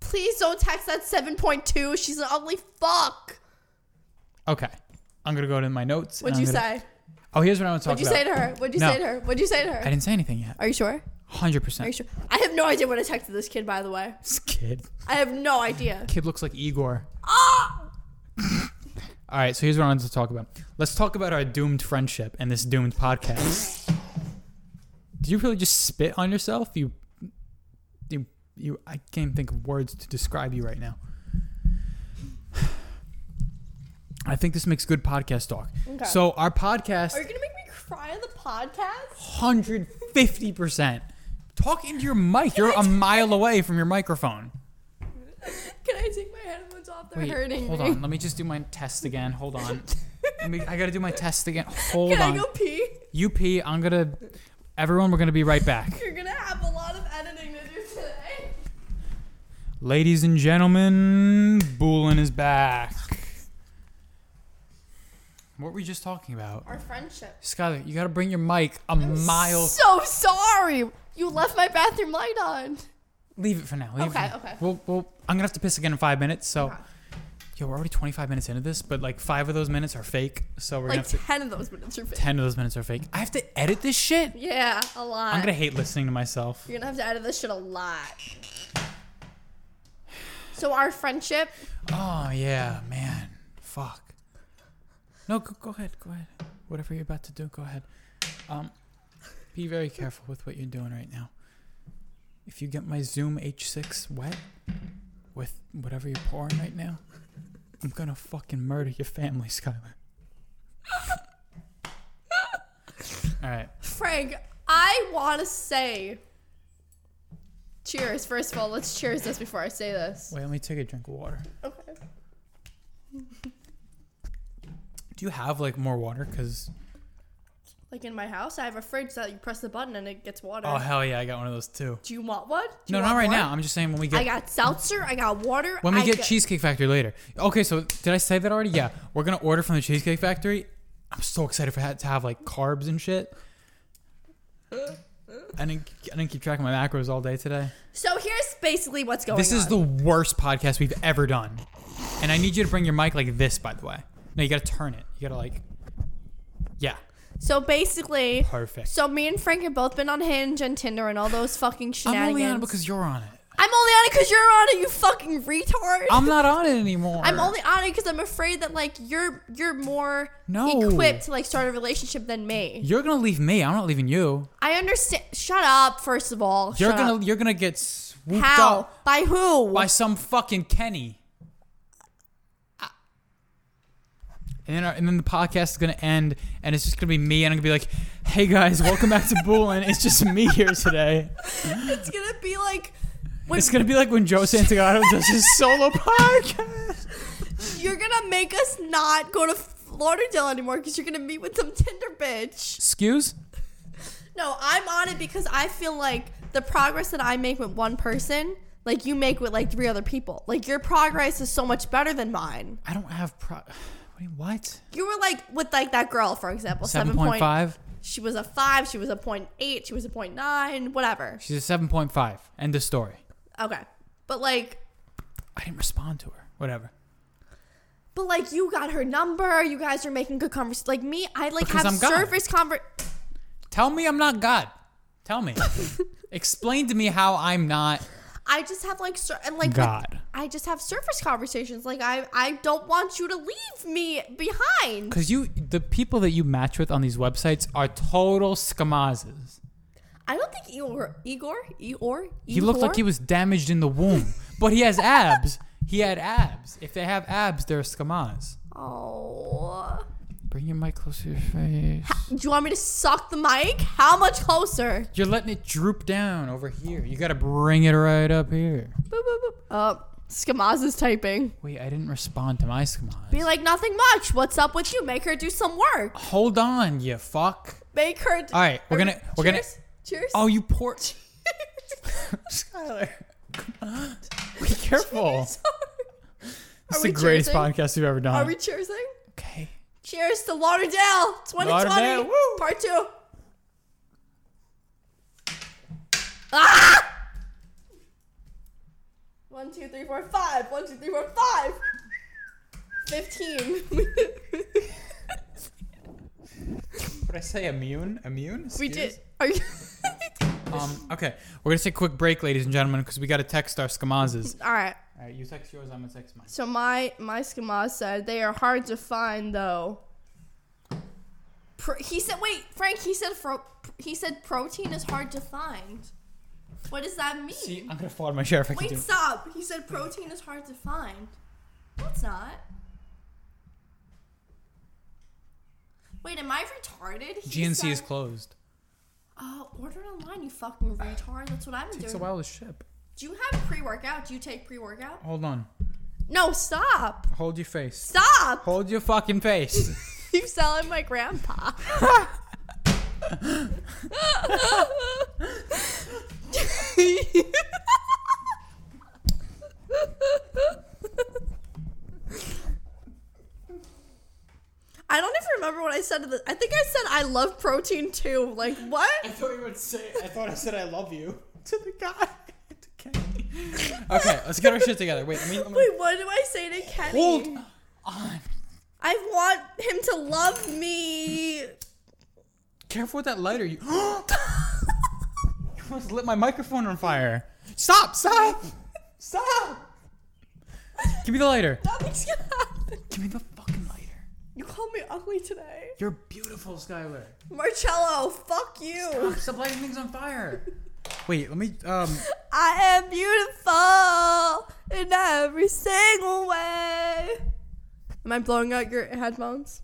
Speaker 2: Please don't text that 7.2. She's an ugly fuck.
Speaker 1: Okay, I'm gonna go to my notes. and
Speaker 2: What'd you
Speaker 1: I'm gonna-
Speaker 2: say?
Speaker 1: Oh, here's what I want to talk
Speaker 2: What'd you
Speaker 1: about.
Speaker 2: say to her? What'd you
Speaker 1: No.
Speaker 2: say to her? What'd you say to
Speaker 1: I
Speaker 2: her?
Speaker 1: didn't say anything yet.
Speaker 2: Are you sure?
Speaker 1: Hundred
Speaker 2: Are you
Speaker 1: percent.
Speaker 2: sure? I have no idea what I texted this kid, by the way.
Speaker 1: This kid,
Speaker 2: I have no idea.
Speaker 1: kid looks like Igor.
Speaker 2: Ah!
Speaker 1: All right, so here's what I wanted to talk about. Let's talk about our doomed friendship and this doomed podcast. Did you really just spit on yourself? You, you, you. I can't think of words to describe you right now. <sighs> I think this makes good podcast talk.
Speaker 2: Okay.
Speaker 1: So our podcast,
Speaker 2: Are you gonna make me cry on the podcast? <laughs>
Speaker 1: hundred fifty percent. Talk into your mic. You're a mile away from your microphone.
Speaker 2: Can I take my headphones off? They're
Speaker 1: Wait,
Speaker 2: hurting
Speaker 1: hold
Speaker 2: me. <laughs>
Speaker 1: on. Let me just do my test again. Hold on. Let me, I gotta do my test
Speaker 2: <laughs>
Speaker 1: again. Hold
Speaker 2: Can
Speaker 1: on.
Speaker 2: I go pee?
Speaker 1: You pee. I'm gonna. Everyone, we're gonna be right back.
Speaker 2: You're gonna have a lot of editing to do today.
Speaker 1: Ladies and gentlemen, Boolin is back. What were we just talking about?
Speaker 2: Our friendship.
Speaker 1: Skylar, you gotta bring your mic a mile.
Speaker 2: So sorry. You left my bathroom light on.
Speaker 1: Leave it for now. Leave
Speaker 2: Okay,
Speaker 1: it for now.
Speaker 2: okay.
Speaker 1: Well, well, I'm gonna have to piss again in five minutes. So,
Speaker 2: Okay.
Speaker 1: yo, we're already 25 minutes into this, but like five of those minutes are fake. So we're gonna
Speaker 2: Like
Speaker 1: have to.
Speaker 2: 10 of those minutes are fake.
Speaker 1: 10 of those minutes are fake. I have to edit this shit.
Speaker 2: Yeah, a lot.
Speaker 1: I'm gonna hate listening to myself.
Speaker 2: You're gonna have to edit this shit a lot. So our friendship,
Speaker 1: Oh yeah, man. Fuck. No, go, go ahead. Go ahead. Whatever you're about to do, go ahead. Um, be very careful with what you're doing right now. If you get my Zoom H6 wet with whatever you're pouring right now, I'm gonna fucking murder your family, <laughs> Skylar. All right.
Speaker 2: Frank, I want to say. Cheers! First of all, let's cheers this before I say this.
Speaker 1: Wait, let me take a drink of water.
Speaker 2: Okay.
Speaker 1: Do you have like more water? Cause
Speaker 2: Like in my house, I have a fridge that you press the button and it gets water.
Speaker 1: oh hell yeah, I got one of those too.
Speaker 2: Do you want one? Do
Speaker 1: No,
Speaker 2: you
Speaker 1: not
Speaker 2: want
Speaker 1: right
Speaker 2: one?
Speaker 1: now. I'm just saying when we get
Speaker 2: I got seltzer. I got water.
Speaker 1: When we
Speaker 2: I
Speaker 1: get
Speaker 2: got-
Speaker 1: Cheesecake Factory later. Okay, so did I say that already? Yeah, we're gonna order from the Cheesecake Factory. I'm so excited for that to have like carbs and shit. I didn't, I didn't keep track of my macros all day today.
Speaker 2: So here's basically what's going
Speaker 1: This
Speaker 2: on.
Speaker 1: is the worst podcast we've ever done. And I need you to bring your mic like this, by the way. No, you gotta turn it. You gotta like. Yeah,
Speaker 2: So basically,
Speaker 1: perfect.
Speaker 2: so me and Frank have both been on Hinge and Tinder and all those fucking
Speaker 1: I'm
Speaker 2: shenanigans.
Speaker 1: only on it because you're on it.
Speaker 2: I'm only on it because you're on it, you fucking retard.
Speaker 1: I'm not on it anymore.
Speaker 2: <laughs> I'm only on it because I'm afraid that like you're you're more
Speaker 1: No.
Speaker 2: equipped to like start a relationship than me.
Speaker 1: You're gonna leave me. I'm not leaving you.
Speaker 2: I understand. Shut up, first of all.
Speaker 1: You're
Speaker 2: Shut
Speaker 1: gonna
Speaker 2: up.
Speaker 1: you're gonna get swooped
Speaker 2: how
Speaker 1: up
Speaker 2: by who?
Speaker 1: by some fucking Kenny. And then, our, and then the podcast is gonna end, and it's just gonna be me, and I'm gonna be like, "Hey guys, welcome back to Boolin. It's just me here today.
Speaker 2: It's gonna be like when
Speaker 1: It's gonna be like when Joe Santagato does his solo podcast.
Speaker 2: you're gonna make us not go to Lauderdale anymore because you're gonna meet with some Tinder bitch.
Speaker 1: Excuse?
Speaker 2: No, I'm on it because I feel like the progress that I make with one person, like you make with like three other people. Like your progress is so much better than mine.
Speaker 1: I don't have pro. Wait, what?
Speaker 2: You were like with like that girl, for example,
Speaker 1: Seven point five.
Speaker 2: She was a five. She was a point eight. She was a point nine. Whatever.
Speaker 1: She's a seven point five. End of story.
Speaker 2: Okay, but like,
Speaker 1: I didn't respond to her. Whatever.
Speaker 2: but like, you got her number. You guys are making good conversation. Like me, I like
Speaker 1: Because
Speaker 2: have
Speaker 1: I'm God.
Speaker 2: surface conver.
Speaker 1: Tell me I'm not God. Tell me. Explain to me how I'm not
Speaker 2: I just have like sur- and like with-
Speaker 1: God.
Speaker 2: I just have surface conversations. Like I, I don't want you to leave me behind.
Speaker 1: Because you, the people that you match with on these websites are total skamazes.
Speaker 2: I don't think Igor, Igor, Igor.
Speaker 1: He looked like he was damaged in the womb, but he has abs. He had abs. If they have abs, they're skamas.
Speaker 2: Oh.
Speaker 1: Bring your mic closer to your face.
Speaker 2: Do you want me to suck the mic? How much closer?
Speaker 1: You're letting it droop down over here. You gotta bring it right up here.
Speaker 2: Boop, boop, boop. Oh, Skamaz is typing.
Speaker 1: Wait, I didn't respond to my skamas.
Speaker 2: Be like, nothing much. What's up with you? Make her do some work.
Speaker 1: Hold on, you fuck.
Speaker 2: Make her.
Speaker 1: All right, Uh, we're gonna we're gonna.
Speaker 2: Cheers. Cheers.
Speaker 1: Oh, you poor <laughs> Skylar. Be careful.
Speaker 2: <laughs> Sorry.
Speaker 1: This is
Speaker 2: we
Speaker 1: the greatest
Speaker 2: cheersing?
Speaker 1: podcast you've ever done.
Speaker 2: Are we cheersing?
Speaker 1: okay.
Speaker 2: Cheers to Lauderdale 2020
Speaker 1: Lauderdale, woo.
Speaker 2: part two. Ah! One, two, three, four, five. One, two, three, four, five. Fifteen.
Speaker 1: Would I say immune? Immune?
Speaker 2: <laughs> we
Speaker 1: Excuse?
Speaker 2: did. Are you? <laughs>
Speaker 1: Um, <laughs> okay, we're gonna take a quick break, ladies and gentlemen, because we gotta text our skamazes. <laughs>
Speaker 2: All right.
Speaker 1: All right, you text yours, I'm gonna text mine.
Speaker 2: So my my skimaz said they are hard to find though. Pro- he said, "Wait, Frank." He said, fro- "He said protein is hard to find." What does that mean?
Speaker 1: See, I'm gonna fall out of my chair if I can
Speaker 2: Wait,
Speaker 1: do. it.
Speaker 2: stop! He said protein is hard to find. No, it's not. Wait, am I retarded? He
Speaker 1: GNC is
Speaker 2: said-
Speaker 1: closed.
Speaker 2: Oh, order online, you fucking retard. That's what I'm
Speaker 1: Takes a
Speaker 2: doing.
Speaker 1: while to ship.
Speaker 2: Do you have pre workout? Do you take pre workout?
Speaker 1: Hold on.
Speaker 2: No, stop!
Speaker 1: Hold your face.
Speaker 2: Stop!
Speaker 1: Hold your fucking <laughs> face.
Speaker 2: You selling my grandpa. I don't even remember what I said to the I think I said I love protein too. Like what?
Speaker 1: thought you would say. I thought I said I love you <laughs> to the guy. <laughs> okay. <laughs> okay, let's get our shit together. Wait, let me. Let me
Speaker 2: Wait, what do I say to Kenny?
Speaker 1: hold on.
Speaker 2: I want him to love me.
Speaker 1: Careful with that lighter. You. <gasps> you almost lit my microphone on fire. Stop! Stop! Stop! Give me the lighter.
Speaker 2: Nothing's gonna happen.
Speaker 1: Give me the fucking lighter.
Speaker 2: You called me ugly today.
Speaker 1: You're beautiful, Skylar.
Speaker 2: Marcello, fuck you.
Speaker 1: Stop lighting things on fire. Wait, let me. Um,
Speaker 2: I am beautiful in every single way. Am I blowing out your headphones?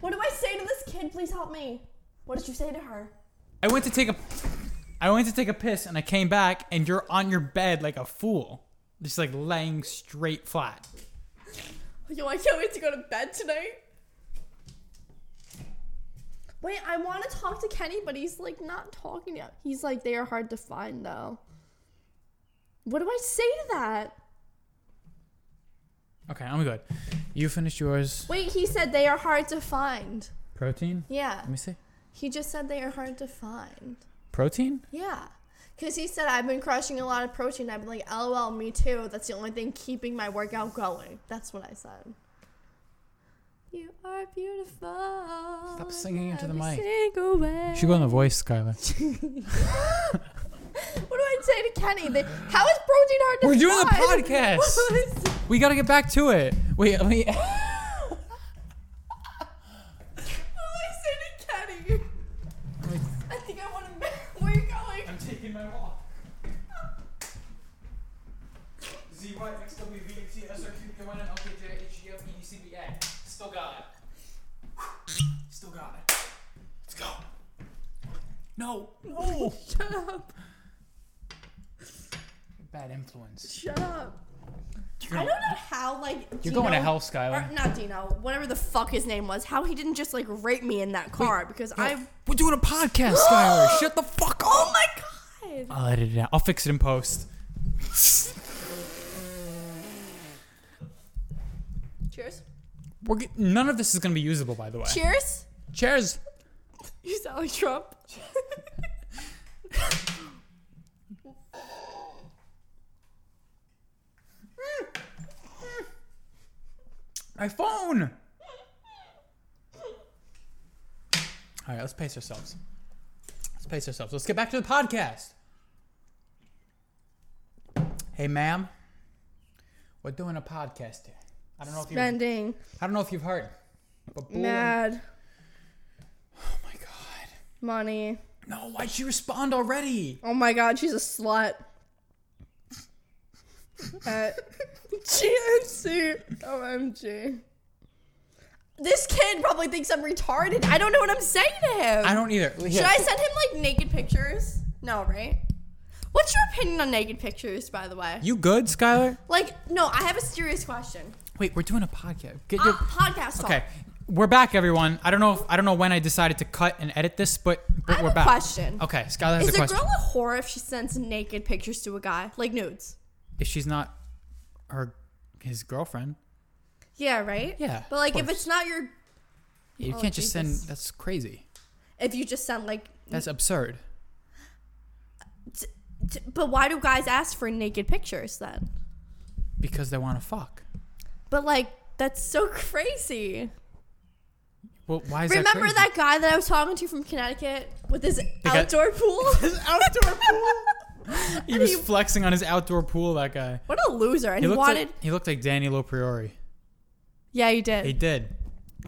Speaker 2: What do I say to this kid? Please help me. What did you say to her?
Speaker 1: I went to take a. I went to take a piss and I came back and you're on your bed like a fool, just like laying straight flat.
Speaker 2: Yo, I can't wait to go to bed tonight. Wait, I want to talk to Kenny, but he's like not talking yet. He's like, they are hard to find though. What do I say to that?
Speaker 1: Okay, I'm good. You finished yours.
Speaker 2: Wait, he said they are hard to find.
Speaker 1: Protein.
Speaker 2: Yeah.
Speaker 1: Let me see.
Speaker 2: He just said they are hard to find.
Speaker 1: Protein.
Speaker 2: Yeah. Because he said, I've been crushing a lot of protein. I've been like, lol, me too. That's the only thing keeping my workout going. That's what I said. You are beautiful.
Speaker 1: Stop singing into the
Speaker 2: every
Speaker 1: mic.
Speaker 2: Single way.
Speaker 1: You should go on the voice, Skylar.
Speaker 2: What do I say to Kenny? They, how is protein hard to
Speaker 1: We're doing a
Speaker 2: find?
Speaker 1: podcast.
Speaker 2: What?
Speaker 1: We gotta get back to it. Wait, let me.
Speaker 2: What do I say to Kenny? I think I want to. <laughs> Where are you going?
Speaker 1: taking my walk. Z Y X W V T S R Q Q N L K J H E F E C B A. Still got it. Still got it. Let's go. No. No.
Speaker 2: Shut up.
Speaker 1: Bad influence.
Speaker 2: Shut up.
Speaker 1: You're,
Speaker 2: I don't know how, like.
Speaker 1: you're going to
Speaker 2: Dino-
Speaker 1: hell, Skylar.
Speaker 2: Or, not Dino, whatever the fuck his name was. How he didn't just like rape me in that car because I.
Speaker 1: We're doing a
Speaker 2: <gasps>
Speaker 1: podcast, Skylar. Shut the fuck up.
Speaker 2: Oh my god!
Speaker 1: I'll edit it out. I'll fix it in post.
Speaker 2: Cheers.
Speaker 1: We're get- none of this is gonna be usable, by the way.
Speaker 2: Cheers.
Speaker 1: Cheers.
Speaker 2: You sound like Trump.
Speaker 1: My phone. All right, let's pace ourselves. Let's pace ourselves. Let's get back to the podcast. Hey, ma'am, we're doing a podcast here. I don't know if you. I
Speaker 2: Spending.
Speaker 1: don't know if you've heard. But bull and-
Speaker 2: Mad.
Speaker 1: oh my god.
Speaker 2: Money.
Speaker 1: No, why'd she respond already?
Speaker 2: Oh my god, she's a <laughs> slut. At GNC OMG. This kid probably thinks I'm retarded. I don't know what I'm saying to him.
Speaker 1: I don't either.
Speaker 2: Should I send him like naked pictures? No, right? What's your opinion on naked pictures, by the way?
Speaker 1: You good, Skylar?
Speaker 2: Like, no, I have a serious question.
Speaker 1: Wait, we're doing a podcast. Get
Speaker 2: Uh,
Speaker 1: your
Speaker 2: podcast talk.
Speaker 1: okay. We're back, everyone. I don't know. If, I don't know when I decided to cut and edit this, but, but
Speaker 2: I have
Speaker 1: we're
Speaker 2: a
Speaker 1: back.
Speaker 2: question.
Speaker 1: Okay, Skylar has
Speaker 2: Is
Speaker 1: a
Speaker 2: a
Speaker 1: question.
Speaker 2: girl a whore if she sends naked pictures to a guy? Like nudes?
Speaker 1: if she's not her his girlfriend,
Speaker 2: Yeah, right?
Speaker 1: Yeah,
Speaker 2: But like
Speaker 1: of
Speaker 2: if
Speaker 1: course.
Speaker 2: it's not your
Speaker 1: you
Speaker 2: Oh,
Speaker 1: can't just send.
Speaker 2: Jesus.
Speaker 1: That's crazy.
Speaker 2: if you just send like
Speaker 1: That's absurd.
Speaker 2: t- t- but why do guys ask for naked pictures then?
Speaker 1: Because they want to fuck.
Speaker 2: But like that's so <laughs> crazy.
Speaker 1: Well, why is that?
Speaker 2: Remember
Speaker 1: crazy?
Speaker 2: that guy that I was talking to from Connecticut with his
Speaker 1: guy- <laughs>
Speaker 2: outdoor pool?
Speaker 1: His outdoor
Speaker 2: pool.
Speaker 1: He was flexing on his outdoor pool. That guy.
Speaker 2: <laughs> what a loser! And
Speaker 1: He
Speaker 2: he,
Speaker 1: looked
Speaker 2: wanted.
Speaker 1: like he looked like Danny Lopriori.
Speaker 2: yeah, he did.
Speaker 1: He did.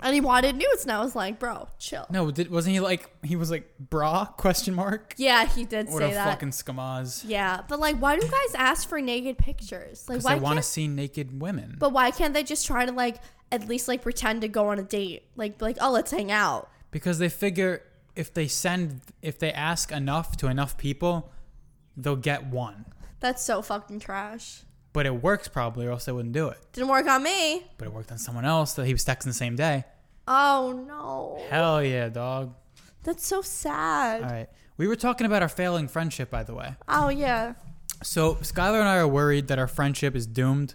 Speaker 2: and he wanted nudes, and I was like, bro, chill.
Speaker 1: No, did, wasn't he like he was like bra question mark?
Speaker 2: Yeah, he did
Speaker 1: What
Speaker 2: say
Speaker 1: a
Speaker 2: that.
Speaker 1: fucking skamaz.
Speaker 2: yeah, but like, why do guys ask for naked pictures? Like,
Speaker 1: Because
Speaker 2: why
Speaker 1: they
Speaker 2: can't?
Speaker 1: want to see naked women.
Speaker 2: but why can't they just try to like at least like pretend to go on a date? Like, like, oh, let's hang out.
Speaker 1: because they figure if they send if they ask enough to enough people, they'll get one.
Speaker 2: That's so fucking trash.
Speaker 1: But it works probably, or else they wouldn't do it.
Speaker 2: Didn't work on me.
Speaker 1: But it worked on someone else that he was texting the same day.
Speaker 2: Oh no,
Speaker 1: Hell yeah, dog.
Speaker 2: that's so sad.
Speaker 1: All right. We were talking about our failing friendship, by the way.
Speaker 2: Oh yeah.
Speaker 1: So Skylar and I are worried that our friendship is doomed.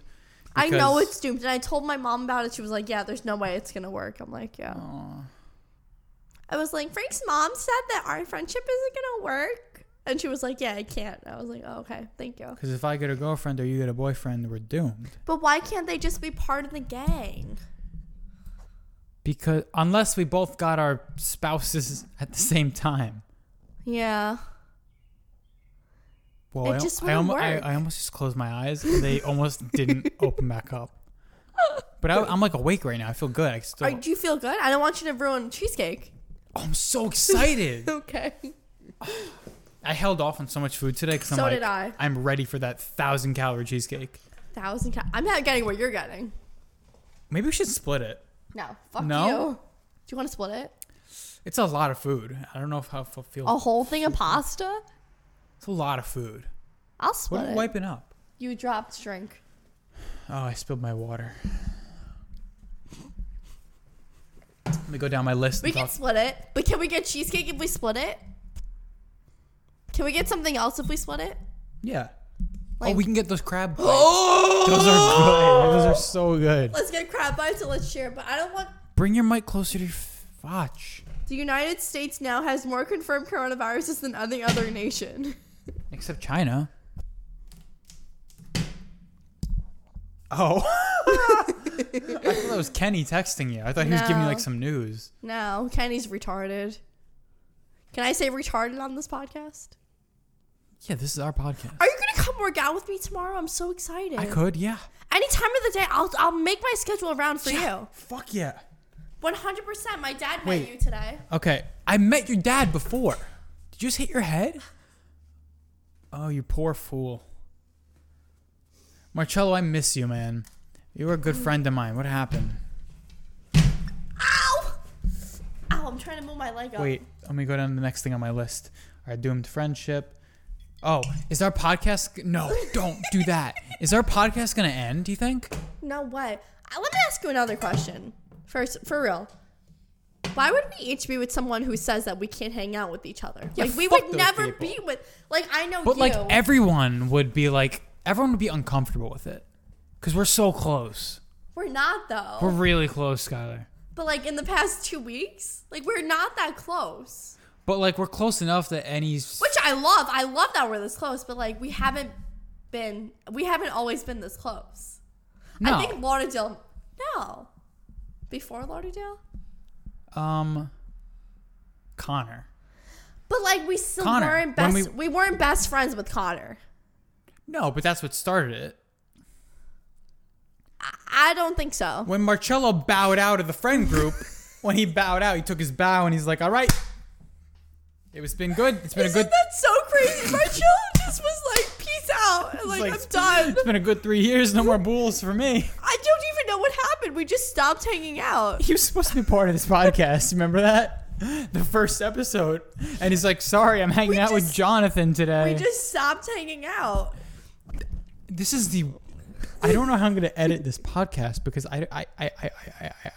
Speaker 2: I know
Speaker 1: because-
Speaker 2: it's doomed. And I told my mom about it. She was like, Yeah, there's no way it's going to work. I'm like, Yeah. I was like, Frank's mom said that our friendship isn't going to work. And she was like, Yeah, it can't. I was like, oh, Okay, thank you.
Speaker 1: Because if I get a girlfriend or you get a boyfriend, we're doomed.
Speaker 2: But why can't they just be part of the gang?
Speaker 1: Because unless we both got our spouses <laughs> at the same time.
Speaker 2: Yeah.
Speaker 1: Well,
Speaker 2: It
Speaker 1: I,
Speaker 2: just
Speaker 1: I, almo-
Speaker 2: wouldn't
Speaker 1: I,
Speaker 2: work.
Speaker 1: I almost just closed my eyes. and They
Speaker 2: <laughs>
Speaker 1: almost didn't open back up. But I, I'm like awake right now. I feel good. I still.
Speaker 2: Are, do you feel good? I don't want you to
Speaker 1: <laughs>
Speaker 2: ruin cheesecake.
Speaker 1: oh, I'm so
Speaker 2: <laughs>
Speaker 1: excited.
Speaker 2: Okay.
Speaker 1: I held off on so much food today because I'm
Speaker 2: So
Speaker 1: like,
Speaker 2: did I.
Speaker 1: am ready for that thousand calorie cheesecake.
Speaker 2: Thousand. Ca- I'm not getting what you're getting.
Speaker 1: Maybe we should split it.
Speaker 2: No. Fuck
Speaker 1: No?
Speaker 2: you. Do you want to split it?
Speaker 1: It's a lot of food. I don't know if how feel.
Speaker 2: A
Speaker 1: feels.
Speaker 2: whole thing of pasta?
Speaker 1: It's a lot of food.
Speaker 2: I'll
Speaker 1: What
Speaker 2: split
Speaker 1: are
Speaker 2: it.
Speaker 1: you wiping up?
Speaker 2: you dropped drink.
Speaker 1: Oh, I spilled my water. Let me go down my list.
Speaker 2: We
Speaker 1: and
Speaker 2: can
Speaker 1: talk.
Speaker 2: split it, but can we get cheesecake if we split it? Can we get something else if we split it?
Speaker 1: yeah. oh,
Speaker 2: like-
Speaker 1: we can get those
Speaker 2: <gasps>
Speaker 1: crab. bites. Those are good. Those are so good.
Speaker 2: Let's get crab bites and let's share. But I don't want.
Speaker 1: Bring your mic closer to your f- watch.
Speaker 2: The United States now has more confirmed coronaviruses than any other nation.
Speaker 1: Except China. Oh. <laughs> I thought that was Kenny texting you. I thought he was giving you like
Speaker 2: No.
Speaker 1: some news.
Speaker 2: <laughs> No, Kenny's retarded. Can I say retarded on this podcast?
Speaker 1: Yeah, this is our podcast.
Speaker 2: Are you gonna come work out with me tomorrow? I'm so excited.
Speaker 1: I could, yeah.
Speaker 2: Any time of the day, I'll I'll make my schedule around for you.
Speaker 1: Fuck yeah.
Speaker 2: One hundred percent. My dad
Speaker 1: Wait.
Speaker 2: met you today.
Speaker 1: Okay, I met your dad before. Did you just hit your head? Oh, you poor fool. Marcello, I miss you, man. You were a good friend of mine. What happened?
Speaker 2: Ow! Ow! I'm trying to move my leg up.
Speaker 1: Wait, let me go down to the next thing on my list. Our doomed friendship. Oh, is our podcast? g- No, don't do that. Is our podcast gonna end? Do you think?
Speaker 2: No way. Uh, Let me ask you another question. First, for real. Why would we each be with someone who says that we can't hang out with each other?
Speaker 1: Yeah,
Speaker 2: like we
Speaker 1: fuck
Speaker 2: would
Speaker 1: those
Speaker 2: never
Speaker 1: people.
Speaker 2: be with. Like I know
Speaker 1: But
Speaker 2: you.
Speaker 1: like everyone would be like, everyone would be uncomfortable with it, because we're so close.
Speaker 2: we're not though.
Speaker 1: We're really close, Skylar.
Speaker 2: but like in the past two weeks, like we're not that close.
Speaker 1: But like we're close enough that any s-
Speaker 2: Which I love. I love that we're this close. But like we haven't been. We haven't always been this close.
Speaker 1: no.
Speaker 2: I think Lauderdale. No. Before Lauderdale.
Speaker 1: Um, Connor.
Speaker 2: But like we still
Speaker 1: Connor,
Speaker 2: weren't
Speaker 1: when
Speaker 2: best. We, weren't best friends with Connor.
Speaker 1: No, but that's what started it.
Speaker 2: I don't think so.
Speaker 1: When Marcello bowed out of the friend group, when he bowed out, he took his bow and he's like, "All right, It was been good. It's been a
Speaker 2: Isn't
Speaker 1: good.
Speaker 2: that so crazy? My children just was like, peace out. And like,
Speaker 1: like,
Speaker 2: I'm done.
Speaker 1: It's been a good three years. No more bulls for me.
Speaker 2: I don't even know what happened. We just stopped hanging out.
Speaker 1: He was supposed to be part of this podcast. Remember that? The first episode, and he's like, "Sorry, I'm hanging
Speaker 2: We
Speaker 1: out with
Speaker 2: just-
Speaker 1: Jonathan today."
Speaker 2: We just stopped hanging out. <laughs>
Speaker 1: this is the. I don't know how I'm going to edit this podcast because I I I I I. I, I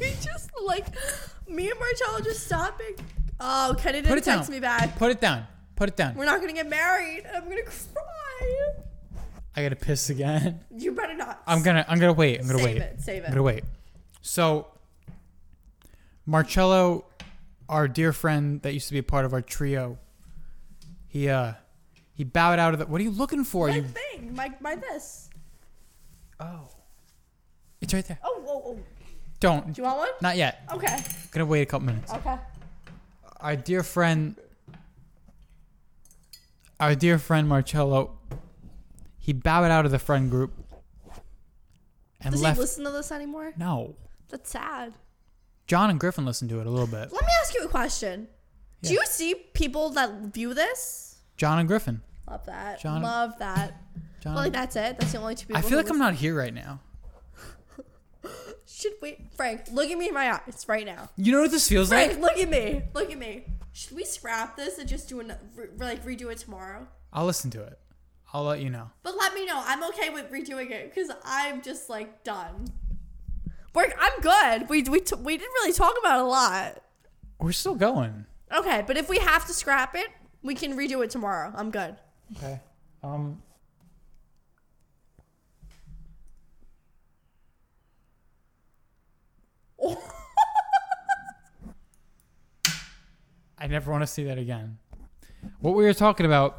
Speaker 2: we just like me and Marcello just stopped being Oh, Kenny
Speaker 1: Put
Speaker 2: didn't
Speaker 1: it down.
Speaker 2: text me back.
Speaker 1: Put it down. Put it down.
Speaker 2: We're not gonna get married. I'm gonna cry.
Speaker 1: I gotta piss again.
Speaker 2: You better not.
Speaker 1: I'm gonna I'm gonna wait. I'm gonna
Speaker 2: save
Speaker 1: wait.
Speaker 2: it. Save
Speaker 1: I'm gonna
Speaker 2: it.
Speaker 1: wait. So, Marcello, our dear friend that used to be a part of our trio, he uh, he bowed out of the. What are you looking for?
Speaker 2: My
Speaker 1: You
Speaker 2: thing. My my this.
Speaker 1: oh, it's right there.
Speaker 2: Oh, oh, oh. Do
Speaker 1: Don't
Speaker 2: you Oh. want one?
Speaker 1: not yet.
Speaker 2: Okay.
Speaker 1: Gonna wait a couple minutes.
Speaker 2: Okay.
Speaker 1: Our dear friend, our dear friend Marcello, he bowed out of the friend group and
Speaker 2: Does
Speaker 1: left.
Speaker 2: he listen to this anymore?
Speaker 1: no,
Speaker 2: That's sad.
Speaker 1: John and Griffin listened to it a little bit.
Speaker 2: Let me ask you a question. Do
Speaker 1: Yeah.
Speaker 2: you see people that view this?
Speaker 1: John and Griffin.
Speaker 2: Love that.
Speaker 1: John-
Speaker 2: Love that.
Speaker 1: John.
Speaker 2: Well, like that's it. That's the only two people.
Speaker 1: I feel
Speaker 2: who
Speaker 1: like I'm not here right now.
Speaker 2: listen. Should we, Frank? Look at me in my eyes right now.
Speaker 1: You know what this feels like?
Speaker 2: Frank, look at me. Look at me. Should we scrap this and just do an, re, like redo it tomorrow?
Speaker 1: I'll listen to it. I'll let you know.
Speaker 2: But let me know. I'm okay with redoing it because I'm just like done. We're, I'm good. We we t- we didn't really talk about it a lot.
Speaker 1: We're still going.
Speaker 2: Okay, but if we have to scrap it, we can redo it tomorrow. I'm good.
Speaker 1: Okay. Um. <laughs> I never want to see that again. What we were talking about.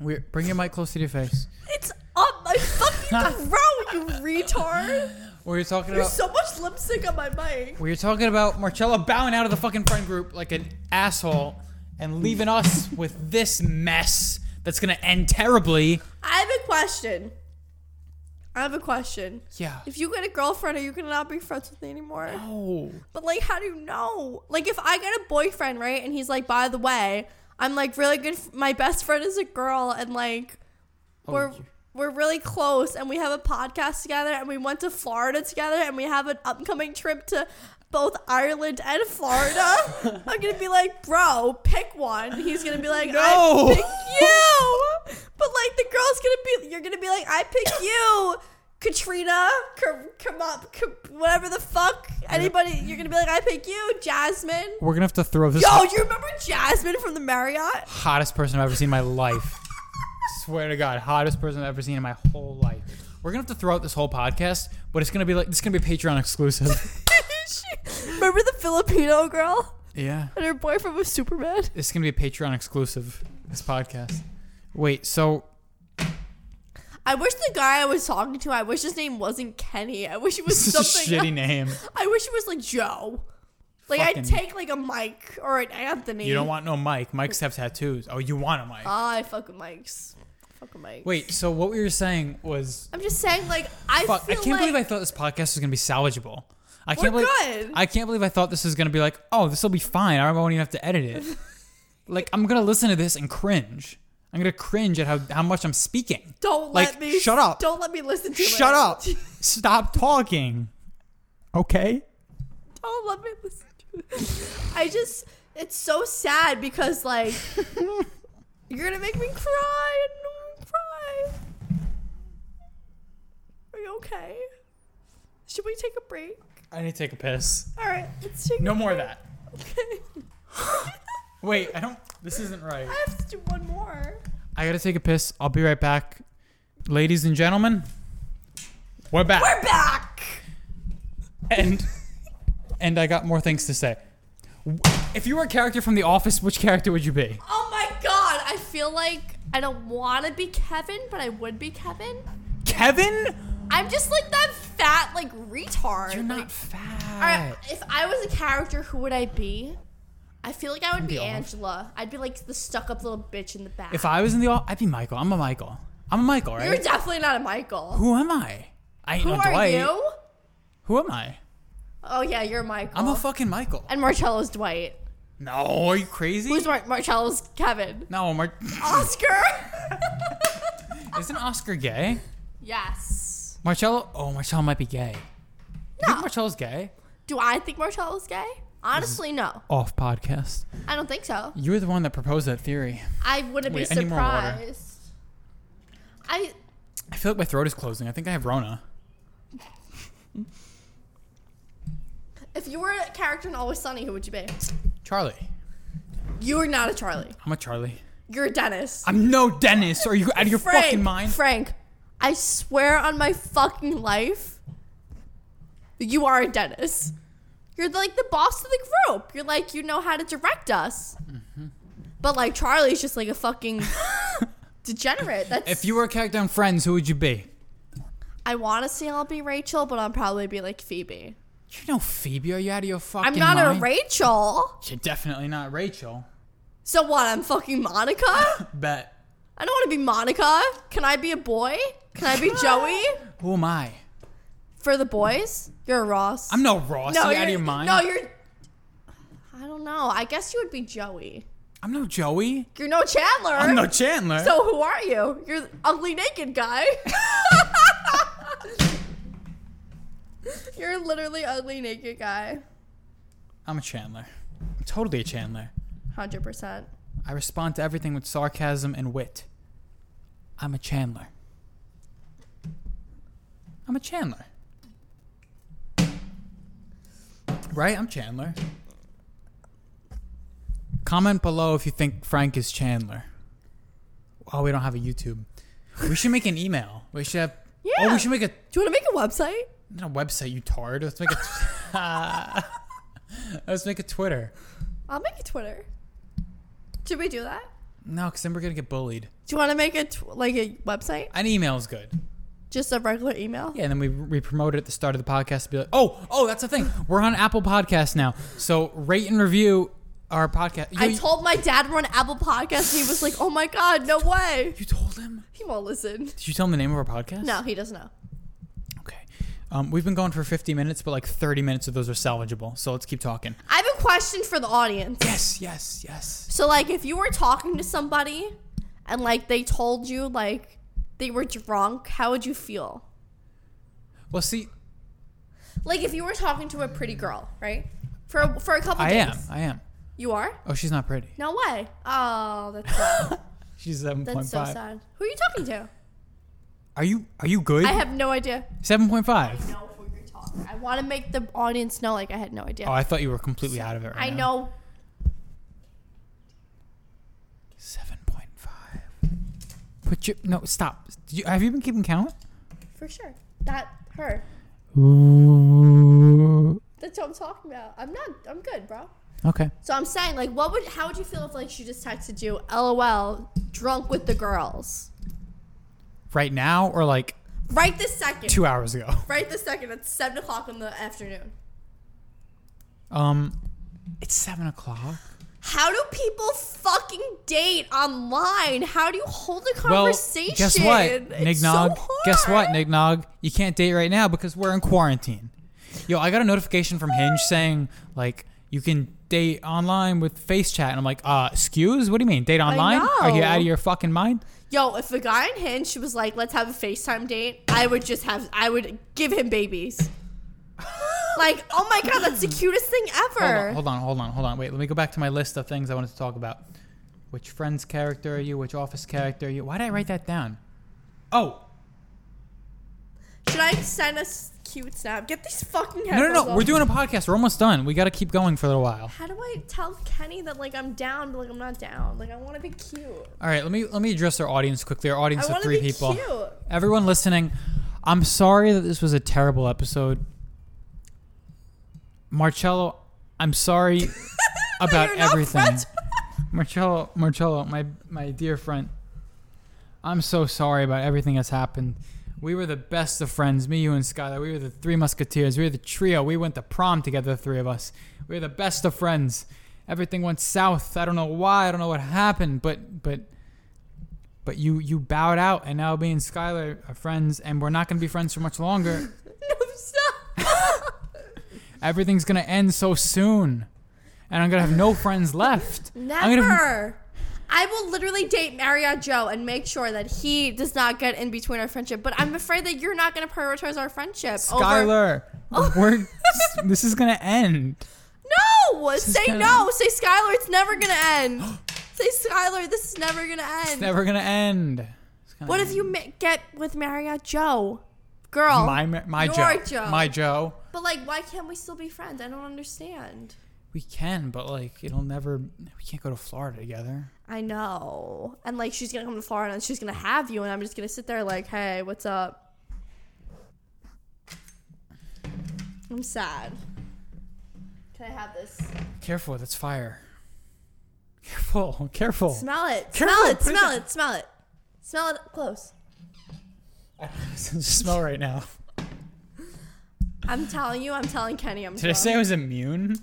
Speaker 1: We bring your mic close to your face.
Speaker 2: It's up my fucking throat, you retard.
Speaker 1: We were talking
Speaker 2: There's
Speaker 1: about.
Speaker 2: so much lipstick on my mic.
Speaker 1: We were talking about Marcello bowing out of the fucking friend group like an asshole and leaving us with this mess that's gonna end terribly.
Speaker 2: I have a question. I have a question.
Speaker 1: Yeah.
Speaker 2: If you get a girlfriend, are you gonna not be friends with me anymore?
Speaker 1: Oh.
Speaker 2: But like, how do you know? Like, if I got a boyfriend, right, and he's like, by the way, I'm like really good. F- my best friend is a girl, and like, we're
Speaker 1: Oh, you-
Speaker 2: we're really close, and we have a podcast together, and we went to Florida together, and we have an upcoming trip to both Ireland and
Speaker 1: <laughs>
Speaker 2: Florida. I'm gonna be like, bro, pick one. And He's gonna be like,
Speaker 1: No.
Speaker 2: I pick you. But like, the girl's gonna be, you're gonna be like, I
Speaker 1: <laughs>
Speaker 2: pick you. Katrina, come up, Ka- whatever the fuck. Anybody, you're gonna be like, I pick you, Jasmine.
Speaker 1: We're gonna have to throw this
Speaker 2: Yo, you remember Jasmine from the Marriott? <laughs>
Speaker 1: hottest person I've ever seen in my life. Swear to God, hottest person I've ever seen in my whole life. We're gonna have to throw out this whole podcast, but it's gonna be like this is gonna be Patreon exclusive.
Speaker 2: She- remember the Filipino girl
Speaker 1: yeah.
Speaker 2: and her boyfriend was Superman?
Speaker 1: This is gonna be a Patreon exclusive, this podcast. Wait, so
Speaker 2: I wish the guy I was talking to, I wish his name wasn't Kenny. I wish it was
Speaker 1: this is a shitty
Speaker 2: something.
Speaker 1: name.
Speaker 2: I wish it was like Joe. Like
Speaker 1: Fucking-
Speaker 2: I'd take like a Mike or an Anthony. Ah,
Speaker 1: You don't want no Mike. Mikes have tattoos. Oh, you want a Mike.
Speaker 2: I fuck with Mike's. Fuck with Mike.
Speaker 1: Wait, so what we were saying was
Speaker 2: I'm just saying, like I
Speaker 1: fuck, I
Speaker 2: feel
Speaker 1: can't
Speaker 2: like
Speaker 1: believe I thought this podcast was gonna be salvageable. I can't
Speaker 2: We're
Speaker 1: believe
Speaker 2: good.
Speaker 1: I can't believe I thought this was gonna be like, oh, this will be fine. I won't even have to edit
Speaker 2: <laughs>
Speaker 1: it. like I'm gonna listen to this and cringe. I'm gonna cringe at how, how much I'm speaking.
Speaker 2: don't
Speaker 1: like,
Speaker 2: let me
Speaker 1: shut up.
Speaker 2: Don't let me listen to it.
Speaker 1: Shut up. Stop talking. Okay.
Speaker 2: don't let me listen to it. I just it's so sad
Speaker 1: <laughs>
Speaker 2: because like you're gonna make me cry. I don't wanna cry. Are you okay? Should we take a break?
Speaker 1: I need to take a piss.
Speaker 2: All right, let's take.
Speaker 1: No
Speaker 2: a
Speaker 1: more of that.
Speaker 2: Okay.
Speaker 1: Wait, I don't this isn't right.
Speaker 2: <laughs> I have to do one more.
Speaker 1: I gotta take a piss. I'll be right back. Ladies and gentlemen, we're back.
Speaker 2: We're back.
Speaker 1: and <laughs> and I got more things to say. If you were a character from The Office, which character would you be?
Speaker 2: Oh my god! I feel like I don't want to be Kevin, but I would be Kevin.
Speaker 1: Kevin?
Speaker 2: I'm just like that fat like retard.
Speaker 1: You're
Speaker 2: Like,
Speaker 1: not fat.
Speaker 2: Alright, if I was a character, who would I be? I feel like I would be,
Speaker 1: be off.
Speaker 2: Angela. I'd be like the stuck-up little bitch in the back.
Speaker 1: If I was in the office, I'd be Michael. I'm a Michael. I'm a Michael, right?
Speaker 2: You're definitely not a Michael.
Speaker 1: Who am I? I ain't
Speaker 2: Who
Speaker 1: no
Speaker 2: are
Speaker 1: Dwight.
Speaker 2: you?
Speaker 1: Who am I?
Speaker 2: Oh yeah, you're Michael.
Speaker 1: I'm a fucking Michael.
Speaker 2: and Marcello's Dwight.
Speaker 1: No, are you crazy?
Speaker 2: Who's Mar- Marcello's Kevin?
Speaker 1: no, Mar-
Speaker 2: Oscar. <laughs>
Speaker 1: isn't Oscar gay?
Speaker 2: yes.
Speaker 1: Marcello? Oh, Marcello might be gay. You think Marcello's gay?
Speaker 2: Do I think Marcello's gay? Honestly, no.
Speaker 1: Off podcast.
Speaker 2: I don't think so.
Speaker 1: You were the one that proposed that theory.
Speaker 2: I wouldn't
Speaker 1: Wait,
Speaker 2: be
Speaker 1: I need more water.
Speaker 2: surprised. I
Speaker 1: I feel like my throat is closing. I think I have Rona.
Speaker 2: if you were a character in Always Sunny, who would you be?
Speaker 1: Charlie.
Speaker 2: You are not a Charlie.
Speaker 1: I'm a Charlie.
Speaker 2: You're a Dennis.
Speaker 1: I'm no Dennis. Are you out of your
Speaker 2: Frank,
Speaker 1: fucking mind?
Speaker 2: Frank, I swear on my fucking life, you are a Dennis. You're like the boss of the group. You're like, you know how to direct us.
Speaker 1: Mm-hmm.
Speaker 2: But like, Charlie's just like
Speaker 1: <laughs>
Speaker 2: a fucking degenerate. That's,
Speaker 1: If you were a character on Friends, who would you be?
Speaker 2: I want to say I'll be Rachel, but I'll probably be like Phoebe.
Speaker 1: You're no Phoebe. Are you out of your fucking
Speaker 2: I'm not
Speaker 1: mind?
Speaker 2: a Rachel.
Speaker 1: You're definitely not Rachel.
Speaker 2: So what? I'm fucking Monica?
Speaker 1: <laughs>
Speaker 2: I
Speaker 1: Bet.
Speaker 2: don't want to be Monica. Can I be a boy? Can I
Speaker 1: <laughs>
Speaker 2: be Joey?
Speaker 1: Who am I?
Speaker 2: For the boys? You're a Ross.
Speaker 1: I'm no Ross. are you out of your mind?
Speaker 2: No, you're. I don't know. I guess you would be Joey.
Speaker 1: I'm no Joey.
Speaker 2: You're no Chandler.
Speaker 1: I'm no Chandler.
Speaker 2: So who are you? You're the ugly naked guy. <laughs> you're literally ugly naked guy.
Speaker 1: I'm a Chandler. I'm totally a Chandler.
Speaker 2: Hundred percent.
Speaker 1: I respond to everything with sarcasm and wit. I'm a Chandler. I'm a Chandler. Right? I'm Chandler. Comment below if you think Frank is Chandler. Oh, we don't have a YouTube. We should make an email. We should have. Oh,
Speaker 2: Yeah.
Speaker 1: we should make a,
Speaker 2: Do you want to make a website?
Speaker 1: not a website, you tard. Let's make a. <laughs> let's make a Twitter.
Speaker 2: I'll make a Twitter. Should we do that?
Speaker 1: No, because then we're going to get bullied.
Speaker 2: Do you want to make a tw- like a website?
Speaker 1: An email's good.
Speaker 2: Just a regular email.
Speaker 1: Yeah, and then we we promote it at the start of the podcast to be like, oh, oh, that's the thing. We're on Apple Podcasts now, so rate and review our podcast. You,
Speaker 2: I told my dad we're on Apple Podcast. He was like, "Oh my god, no way!"
Speaker 1: you told him.
Speaker 2: He won't listen.
Speaker 1: Did you tell him the name of our podcast?
Speaker 2: No, he doesn't know.
Speaker 1: Okay. Um, we've been going for 50 minutes, but like 30 minutes of those are salvageable. So let's keep talking.
Speaker 2: I have a question for the audience.
Speaker 1: Yes, yes, yes.
Speaker 2: So, like, if you were talking to somebody and, like, they told you, like, they were drunk, how would you feel?
Speaker 1: Well, see,
Speaker 2: Like, if you were talking to a pretty girl, right? For, for a couple
Speaker 1: I
Speaker 2: days.
Speaker 1: am, I am.
Speaker 2: You are?
Speaker 1: Oh, she's not pretty.
Speaker 2: No way. Oh,
Speaker 1: <laughs>
Speaker 2: that's sad.
Speaker 1: She's 7.5.
Speaker 2: That's so sad. Who are you talking to?
Speaker 1: Are you are you good?
Speaker 2: I have no idea.
Speaker 1: 7.5.
Speaker 2: No, who you're talking. I want to make the audience know, like, I had no idea.
Speaker 1: Oh, I thought you were completely out of it. Right
Speaker 2: I
Speaker 1: now.
Speaker 2: know.
Speaker 1: 7.5. Put your no stop. Did you, have you been keeping count?
Speaker 2: For sure. That, her. That's what I'm talking about. I'm not, I'm good, bro.
Speaker 1: Okay.
Speaker 2: So I'm saying, like, what would how would you feel if like she just texted you, "LOL, drunk with the girls,"
Speaker 1: Right now or like
Speaker 2: right this second,
Speaker 1: two hours ago?
Speaker 2: right this second at seven o'clock in the afternoon?
Speaker 1: Um, it's seven o'clock.
Speaker 2: How do people fucking date online? How do you hold a
Speaker 1: Well,
Speaker 2: conversation?
Speaker 1: guess what,
Speaker 2: It's
Speaker 1: Nig
Speaker 2: so
Speaker 1: Nog? guess what,
Speaker 2: hard.
Speaker 1: Nig Nog? You can't date right now because we're in quarantine. Yo, I got a notification from Hinge saying like you can date online with face chat, and I'm like, uh, excuse? What do you mean, date online? Are you
Speaker 2: know.
Speaker 1: out of your fucking mind?
Speaker 2: Yo, if a guy on Hinge was like, "Let's have a Facetime date," I would just have, I would give
Speaker 1: <laughs>
Speaker 2: him babies. like, oh my god, that's the cutest thing
Speaker 1: Hold
Speaker 2: ever.
Speaker 1: on, hold on, hold on, hold on. Wait, let me go back to my list of things I wanted to talk about. Which friend's character are you? Which office character are you? Why did I write that down? Oh,
Speaker 2: Should I send us cute snap? Get these fucking
Speaker 1: no,
Speaker 2: headphones
Speaker 1: no, no.
Speaker 2: off
Speaker 1: We're doing a podcast. We're almost done. We got to keep going for a little while.
Speaker 2: How do I tell Kenny that like I'm down, but like I'm not down? Like I want to be cute.
Speaker 1: All right, let me let me address our audience quickly. Our audience
Speaker 2: I
Speaker 1: of
Speaker 2: want to
Speaker 1: three
Speaker 2: be
Speaker 1: people.
Speaker 2: cute.
Speaker 1: Everyone listening, I'm sorry that this was a terrible episode. Marcello, I'm
Speaker 2: <laughs>
Speaker 1: sorry about
Speaker 2: You're not
Speaker 1: everything.
Speaker 2: friends- <laughs>
Speaker 1: Marcello, Marcello, my my dear friend, I'm so sorry about everything that's happened. We were the best of friends, me, you, and Skylar. We were the three musketeers. We were the trio. We went to prom together, the three of us. We were the best of friends. Everything went south. I don't know why. I don't know what happened, but but but you you bowed out, and now me and <laughs> Skylar are friends, and we're not gonna be friends for much longer.
Speaker 2: no, stop.
Speaker 1: Everything's gonna end so soon, and I'm gonna have no friends left. I'm
Speaker 2: Never.
Speaker 1: gonna have-
Speaker 2: I will literally date Marriott Joe and make sure that he does not get in between our friendship. But I'm afraid that you're not going to prioritize our friendship. Over- <laughs> Oh.
Speaker 1: Skylar, we're this is gonna end.
Speaker 2: no! Say
Speaker 1: Skylar.
Speaker 2: no! Say Skylar, it's never going to end. <gasps> say Skylar, this is never going to end.
Speaker 1: It's never gonna end. It's gonna
Speaker 2: what
Speaker 1: end.
Speaker 2: if you ma- get with Marriott Joe? Girl.
Speaker 1: My ma- my
Speaker 2: Your
Speaker 1: Joe,
Speaker 2: Joe.
Speaker 1: my Joe.
Speaker 2: but, like, why can't we still be friends? I don't understand.
Speaker 1: We can, but like it'll never. We can't go to Florida together.
Speaker 2: I know. And, like, she's going to come to Florida and she's going to have you, and I'm just going to sit there, like, hey, what's up? I'm sad. Can I have this?
Speaker 1: Careful, that's fire. Careful, <laughs> careful.
Speaker 2: Smell it.
Speaker 1: Carol,
Speaker 2: Smell it.
Speaker 1: put it
Speaker 2: Smell
Speaker 1: down.
Speaker 2: it. Smell it. Smell it up close.
Speaker 1: I don't smell right
Speaker 2: <laughs>
Speaker 1: now.
Speaker 2: I'm telling you, I'm telling Kenny I'm
Speaker 1: Did I say I
Speaker 2: drunk.
Speaker 1: was immune?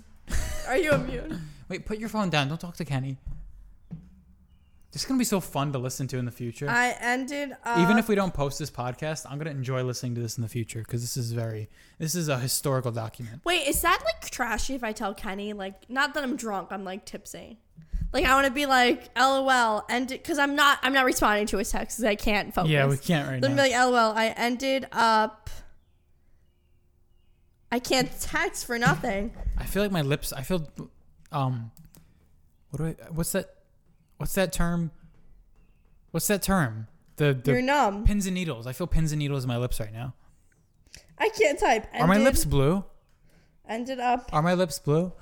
Speaker 2: Are you immune?
Speaker 1: <laughs> Wait, put your phone down. Don't talk to Kenny. This is gonna be so fun to listen to in the future.
Speaker 2: I ended up
Speaker 1: Even if we don't post this podcast, I'm gonna enjoy listening to this in the future because this is very. This is a historical document.
Speaker 2: Wait, is that like trashy if I tell Kenny like not that I'm drunk, I'm like tipsy. Like I want to be like LOL and cuz I'm not I'm not responding to his texts 'cause I can't focus.
Speaker 1: Yeah, we can't right
Speaker 2: Then
Speaker 1: now.
Speaker 2: be like LOL, I ended up I can't text for nothing.
Speaker 1: I feel like my lips. I feel, um, what do I? What's that? What's that term? What's that term? The the
Speaker 2: You're numb.
Speaker 1: pins and needles. I feel pins and needles in my lips right now.
Speaker 2: I can't type.
Speaker 1: Are my
Speaker 2: Ended-
Speaker 1: lips blue?
Speaker 2: ended up
Speaker 1: Are my lips blue?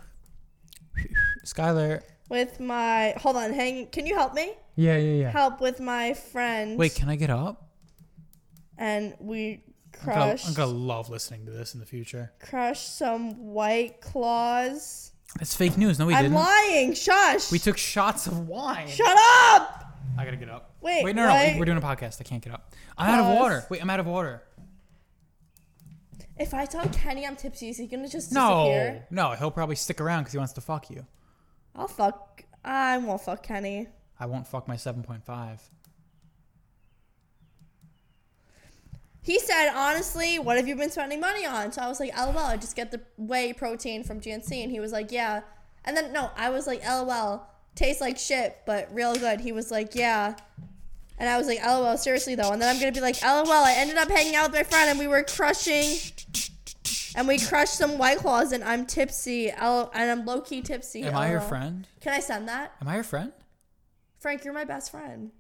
Speaker 1: <laughs> Skylar.
Speaker 2: with my Hold on, hang. Can you help me?
Speaker 1: Yeah, yeah, yeah.
Speaker 2: Help with my friend.
Speaker 1: Wait, can I get up?
Speaker 2: and we
Speaker 1: I'm gonna,
Speaker 2: crushed
Speaker 1: I'm gonna love listening to this in the future.
Speaker 2: crushed some white claws.
Speaker 1: That's fake news. No, we
Speaker 2: I'm
Speaker 1: didn't.
Speaker 2: lying. Shush.
Speaker 1: We took shots of wine.
Speaker 2: Shut up!
Speaker 1: I gotta get up.
Speaker 2: Wait,
Speaker 1: Wait, no, no,
Speaker 2: wait.
Speaker 1: we- we're doing a podcast. I can't get up. I'm out of
Speaker 2: Pause.
Speaker 1: water. Wait, I'm out of water.
Speaker 2: If I tell Kenny I'm tipsy, is he gonna just
Speaker 1: No,
Speaker 2: disappear?
Speaker 1: no, he'll probably stick around because he wants to fuck you.
Speaker 2: I'll fuck. I won't fuck Kenny.
Speaker 1: I won't fuck my 7.5.
Speaker 2: He said, honestly, what have you been spending money on? So I was like, lol, I just get the whey protein from GNC. And he was like, yeah. And then, no, I was like, lol, tastes like shit, but real good. He was like, yeah. And I was like, lol, seriously though. And then I'm going to be like, lol, I ended up hanging out with my friend and we were crushing. And we crushed some white claws and I'm tipsy. L- and I'm low key tipsy.
Speaker 1: Am I your
Speaker 2: LOL.
Speaker 1: friend?
Speaker 2: Can I send that?
Speaker 1: Am I your friend?
Speaker 2: Frank, you're my best friend.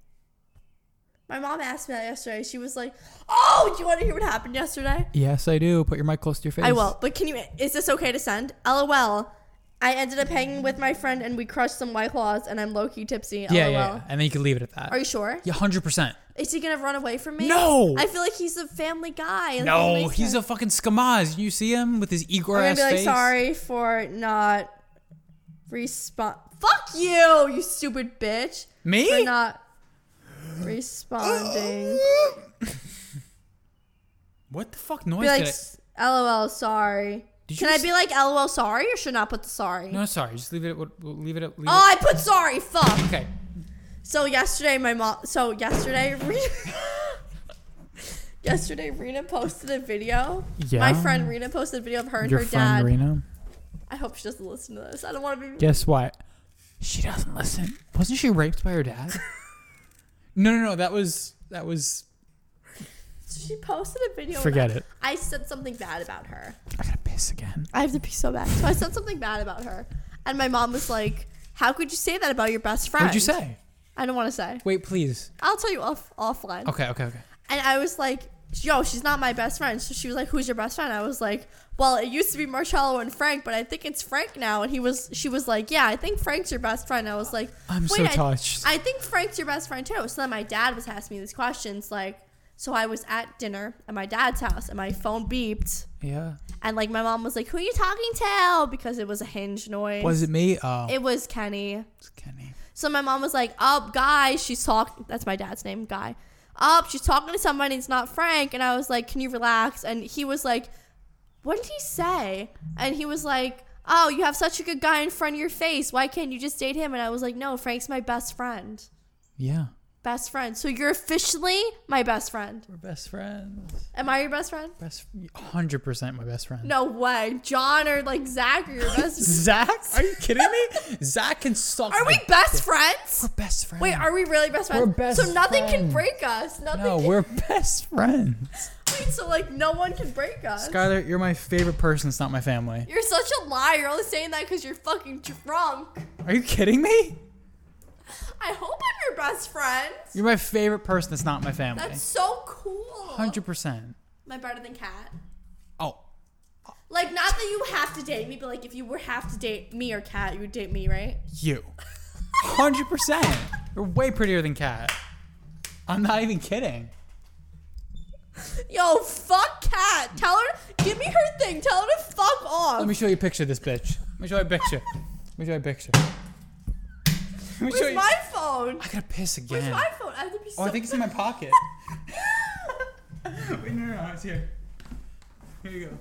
Speaker 2: My mom asked me that yesterday. She was like, "Oh, do you want to hear what happened yesterday?"
Speaker 1: Yes, I do. Put your mic close to your face.
Speaker 2: I will, but can you? Is this okay to send? LOL. I ended up hanging with my friend and we crushed some white claws, and I'm low key tipsy. LOL.
Speaker 1: Yeah, yeah, yeah. And then you can leave it at that.
Speaker 2: Are you sure?
Speaker 1: yeah, 100%.
Speaker 2: Is he gonna run away from me?
Speaker 1: No!
Speaker 2: I feel like he's a family guy. and that
Speaker 1: No,
Speaker 2: makes
Speaker 1: he's
Speaker 2: sense.
Speaker 1: a fucking skamaz. You see him with his Igor
Speaker 2: I'm gonna
Speaker 1: ass
Speaker 2: be like,
Speaker 1: face?
Speaker 2: sorry for not respond. Fuck you, you stupid bitch.
Speaker 1: <gasps>
Speaker 2: For
Speaker 1: Me?
Speaker 2: not responding.
Speaker 1: what the fuck noise
Speaker 2: be like,
Speaker 1: did I...
Speaker 2: "S- LOL, sorry.
Speaker 1: Did you
Speaker 2: Can I
Speaker 1: just-
Speaker 2: be like, LOL, sorry, or should I not put the sorry?
Speaker 1: No, sorry. Just leave it at... what- Leave it at... Leave
Speaker 2: Oh, I put sorry. Fuck.
Speaker 1: it. Okay.
Speaker 2: So yesterday, my mom. So yesterday, <laughs> Rena. yesterday, Rena posted a video. My
Speaker 1: Yeah?
Speaker 2: friend Rena posted a video of her and
Speaker 1: Your
Speaker 2: her
Speaker 1: friend
Speaker 2: dad.
Speaker 1: Rena?
Speaker 2: I hope she doesn't listen to this. I don't want to be.
Speaker 1: Guess what? She doesn't listen. Wasn't she raped by her dad?
Speaker 2: <laughs>
Speaker 1: no, no, no. That was... That was...
Speaker 2: She posted a video. and
Speaker 1: Forget
Speaker 2: I-
Speaker 1: it.
Speaker 2: I said something bad about her.
Speaker 1: I gotta piss again.
Speaker 2: I have to pee so bad. So I said something bad about her, and my mom was like, "How could you say that about your best friend?"
Speaker 1: What'd you say?
Speaker 2: I don't want to say.
Speaker 1: Wait, please.
Speaker 2: I'll tell you off offline.
Speaker 1: Okay, okay, okay.
Speaker 2: And I was like, yo, she's not my best friend. So she was like, who's your best friend? I was like, well, it used to be Marcello and Frank, but I think it's Frank now. And he was, she was like, yeah, I think Frank's your best friend. I was like,
Speaker 1: I'm so
Speaker 2: "Wait, I-
Speaker 1: touched.
Speaker 2: I think Frank's your best friend too. So then my dad was asking me these questions. Like, so I was at dinner at my dad's house and my phone beeped.
Speaker 1: yeah.
Speaker 2: And like, my mom was like, who are you talking to? Because it was a hinge noise.
Speaker 1: Was it me? Oh,
Speaker 2: It was Kenny.
Speaker 1: it's Kenny.
Speaker 2: So my mom was like, "Up, guy, she's talking." That's my dad's name, guy. Up, she's talking to somebody. It's not Frank. And I was like, "Can you relax?" And he was like, "What did he say?" And he was like, "Oh, you have such a good guy in front of your face. Why can't you just date him?" And I was like, "No, Frank's my best friend."
Speaker 1: Yeah.
Speaker 2: Best friend. So you're officially my best friend.
Speaker 1: We're best friends.
Speaker 2: Am I your best friend?
Speaker 1: Best, hundred percent my best friend.
Speaker 2: No way. John or like Zach are your
Speaker 1: <laughs>
Speaker 2: best.
Speaker 1: Zach, are you kidding <laughs> me? Zach can suck.
Speaker 2: are we
Speaker 1: my
Speaker 2: best
Speaker 1: dick.
Speaker 2: friends?
Speaker 1: We're best friends.
Speaker 2: Wait, are we really best friends?
Speaker 1: We're best
Speaker 2: so nothing can
Speaker 1: friends.
Speaker 2: break us. Nothing.
Speaker 1: No,
Speaker 2: can,
Speaker 1: we're best friends.
Speaker 2: wait, so like no one can break us.
Speaker 1: Skylar, you're my favorite person. It's not my family.
Speaker 2: You're such a liar. You're only saying that because you're fucking drunk.
Speaker 1: Are you kidding me?
Speaker 2: I hope I'm your best friend.
Speaker 1: You're my favorite person. It's not my family.
Speaker 2: That's so cool.
Speaker 1: Hundred percent.
Speaker 2: Am I better than Kat?
Speaker 1: Oh,
Speaker 2: Like, not that you have to date me, but like if you were have to date me or Kat, you would date me, right?
Speaker 1: you. Hundred percent. You're way prettier than Kat. I'm not even kidding.
Speaker 2: Yo, fuck Kat. Tell her, give me her thing. Tell her to fuck off.
Speaker 1: Let me show you a picture of this bitch. Let me show you a picture. Let me show you a picture. Let me show
Speaker 2: Where's
Speaker 1: you.
Speaker 2: my phone?
Speaker 1: I gotta piss
Speaker 2: Where's
Speaker 1: again.
Speaker 2: my phone? I have to be so.
Speaker 1: Oh, I think it's in my
Speaker 2: <laughs>
Speaker 1: pocket. Wait, no, no, no, it's here. Here you go.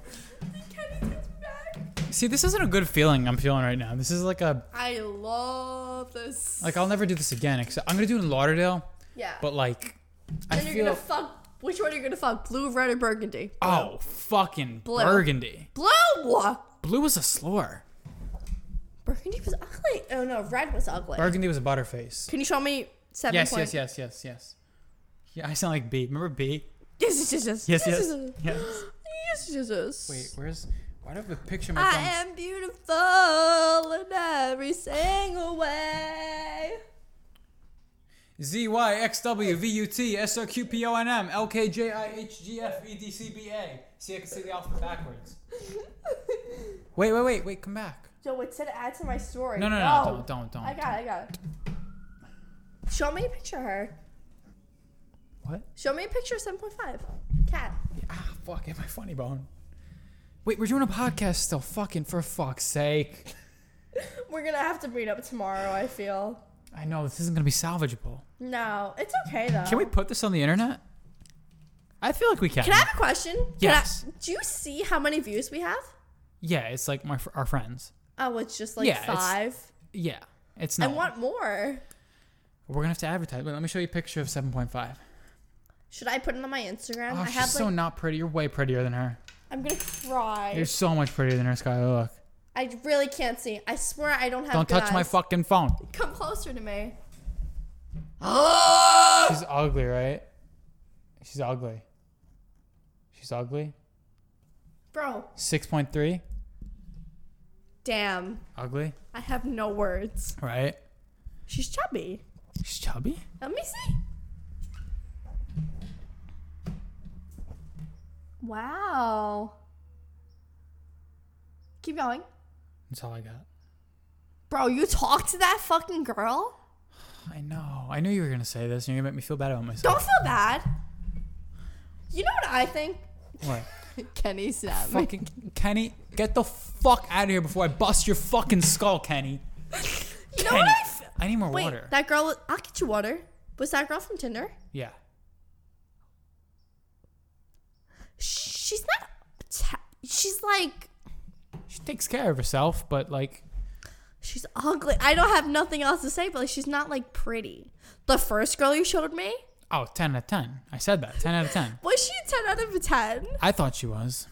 Speaker 2: Kenny gets back.
Speaker 1: See, this isn't a good feeling I'm feeling right now. This is like a
Speaker 2: I love this.
Speaker 1: like I'll never do this again. Except I'm gonna do it in Lauderdale,
Speaker 2: yeah.
Speaker 1: but like I
Speaker 2: then you're
Speaker 1: feel
Speaker 2: gonna fuck. Which one are you gonna fuck? Blue, red, or burgundy?
Speaker 1: oh fucking
Speaker 2: Blue.
Speaker 1: burgundy.
Speaker 2: Blue.
Speaker 1: Blue was a slur.
Speaker 2: Burgundy was ugly. Oh no, red was ugly.
Speaker 1: Burgundy was a butterface.
Speaker 2: Can you show me seven
Speaker 1: Yes,
Speaker 2: point?
Speaker 1: yes, yes, yes, yes. Yeah, I sound like B. Remember B?
Speaker 2: Yes, yes, yes.
Speaker 1: Yes, yes, yes.
Speaker 2: <laughs> Yes, yes, yes.
Speaker 1: Wait, where's? Why do I have a picture? Of my
Speaker 2: I
Speaker 1: phone?
Speaker 2: am beautiful in every single way.
Speaker 1: Z Y X W V U T S O Q P O N M L K J I H G F E D C B A. See, I can see the alphabet
Speaker 2: <laughs>
Speaker 1: backwards. Wait, wait, wait, wait, come back.
Speaker 2: Yo, it said add to my story.
Speaker 1: No, no, no, don't, don't, don't.
Speaker 2: I got it, I got it. Show me a picture of her.
Speaker 1: What?
Speaker 2: Show me a picture of 7.5. Cat.
Speaker 1: Ah, fuck, hit my funny bone. Wait, we're doing a podcast still. Fucking for fuck's sake.
Speaker 2: We're gonna have to meet up tomorrow, I feel.
Speaker 1: I know, this isn't gonna be salvageable.
Speaker 2: No, it's okay though.
Speaker 1: Can we put this on the internet? I feel like we can.
Speaker 2: Can I have a question? Can I-
Speaker 1: Yes.
Speaker 2: do you see how many views we have?
Speaker 1: Yeah, it's like my, fr- our friends.
Speaker 2: Oh, it's just like
Speaker 1: Yeah, it's-
Speaker 2: five.
Speaker 1: Yeah, it's
Speaker 2: I
Speaker 1: not.
Speaker 2: want more.
Speaker 1: we're gonna have to advertise. Wait, let me show you a picture of 7.5.
Speaker 2: Should I put it on my Instagram?
Speaker 1: Oh,
Speaker 2: I
Speaker 1: she's
Speaker 2: have
Speaker 1: so
Speaker 2: like,
Speaker 1: not pretty. You're way prettier than her.
Speaker 2: I'm gonna cry.
Speaker 1: You're so much prettier than her, Skylar. Look.
Speaker 2: I really can't see. I swear I don't have.
Speaker 1: Don't
Speaker 2: good
Speaker 1: touch my
Speaker 2: eyes.
Speaker 1: fucking phone.
Speaker 2: Come closer to me.
Speaker 1: She's ugly, right? She's ugly. She's ugly.
Speaker 2: Bro,
Speaker 1: 6.3.
Speaker 2: damn.
Speaker 1: Ugly,
Speaker 2: I have no words.
Speaker 1: right?
Speaker 2: She's chubby.
Speaker 1: She's chubby.
Speaker 2: Let me see. Wow. Keep going.
Speaker 1: That's all I got.
Speaker 2: Bro, you talked to that fucking girl?
Speaker 1: I know. I knew you were going to say this and you're going to make me feel bad about
Speaker 2: Don't
Speaker 1: myself.
Speaker 2: feel bad. You know what I think? <laughs>
Speaker 1: What?
Speaker 2: Kenny Snap.
Speaker 1: fucking Kenny, get the fuck out of here before I bust your fucking skull, Kenny.
Speaker 2: You know
Speaker 1: Kenny.
Speaker 2: what I f-
Speaker 1: I need more
Speaker 2: Wait,
Speaker 1: water.
Speaker 2: that girl. was- I'll get you water. Was that girl from Tinder?
Speaker 1: yeah.
Speaker 2: Sh- She's not. ta- She's like.
Speaker 1: She takes care of herself, but like,
Speaker 2: She's ugly. I don't have nothing else to say, but like, she's not like pretty. The first girl you showed me
Speaker 1: oh, 10 out of 10. I said that. 10 out of 10.
Speaker 2: was she a ten out of a ten?
Speaker 1: I thought she was.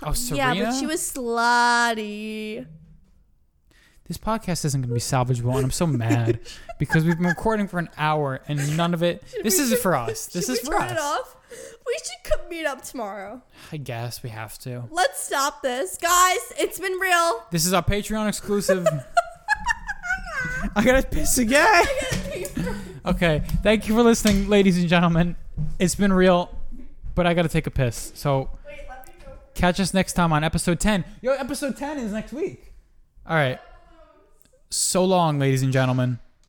Speaker 1: Oh, Serena.
Speaker 2: Yeah, but she was slutty.
Speaker 1: this podcast isn't going to be salvageable and i'm so mad
Speaker 2: <laughs>
Speaker 1: because we've been recording for an hour and none of it this
Speaker 2: we
Speaker 1: is
Speaker 2: turn-
Speaker 1: for us this
Speaker 2: should
Speaker 1: is
Speaker 2: we
Speaker 1: for
Speaker 2: turn it
Speaker 1: us
Speaker 2: off? We should come meet up tomorrow.
Speaker 1: i guess we have to
Speaker 2: Let's stop this, guys. It's been real.
Speaker 1: this is our patreon
Speaker 2: <laughs>
Speaker 1: exclusive i gotta piss again okay thank you for listening ladies and gentlemen it's been real but i gotta take a piss so
Speaker 2: Wait, let me go.
Speaker 1: catch us next time on episode 10 yo episode 10 is next week all right so long ladies and gentlemen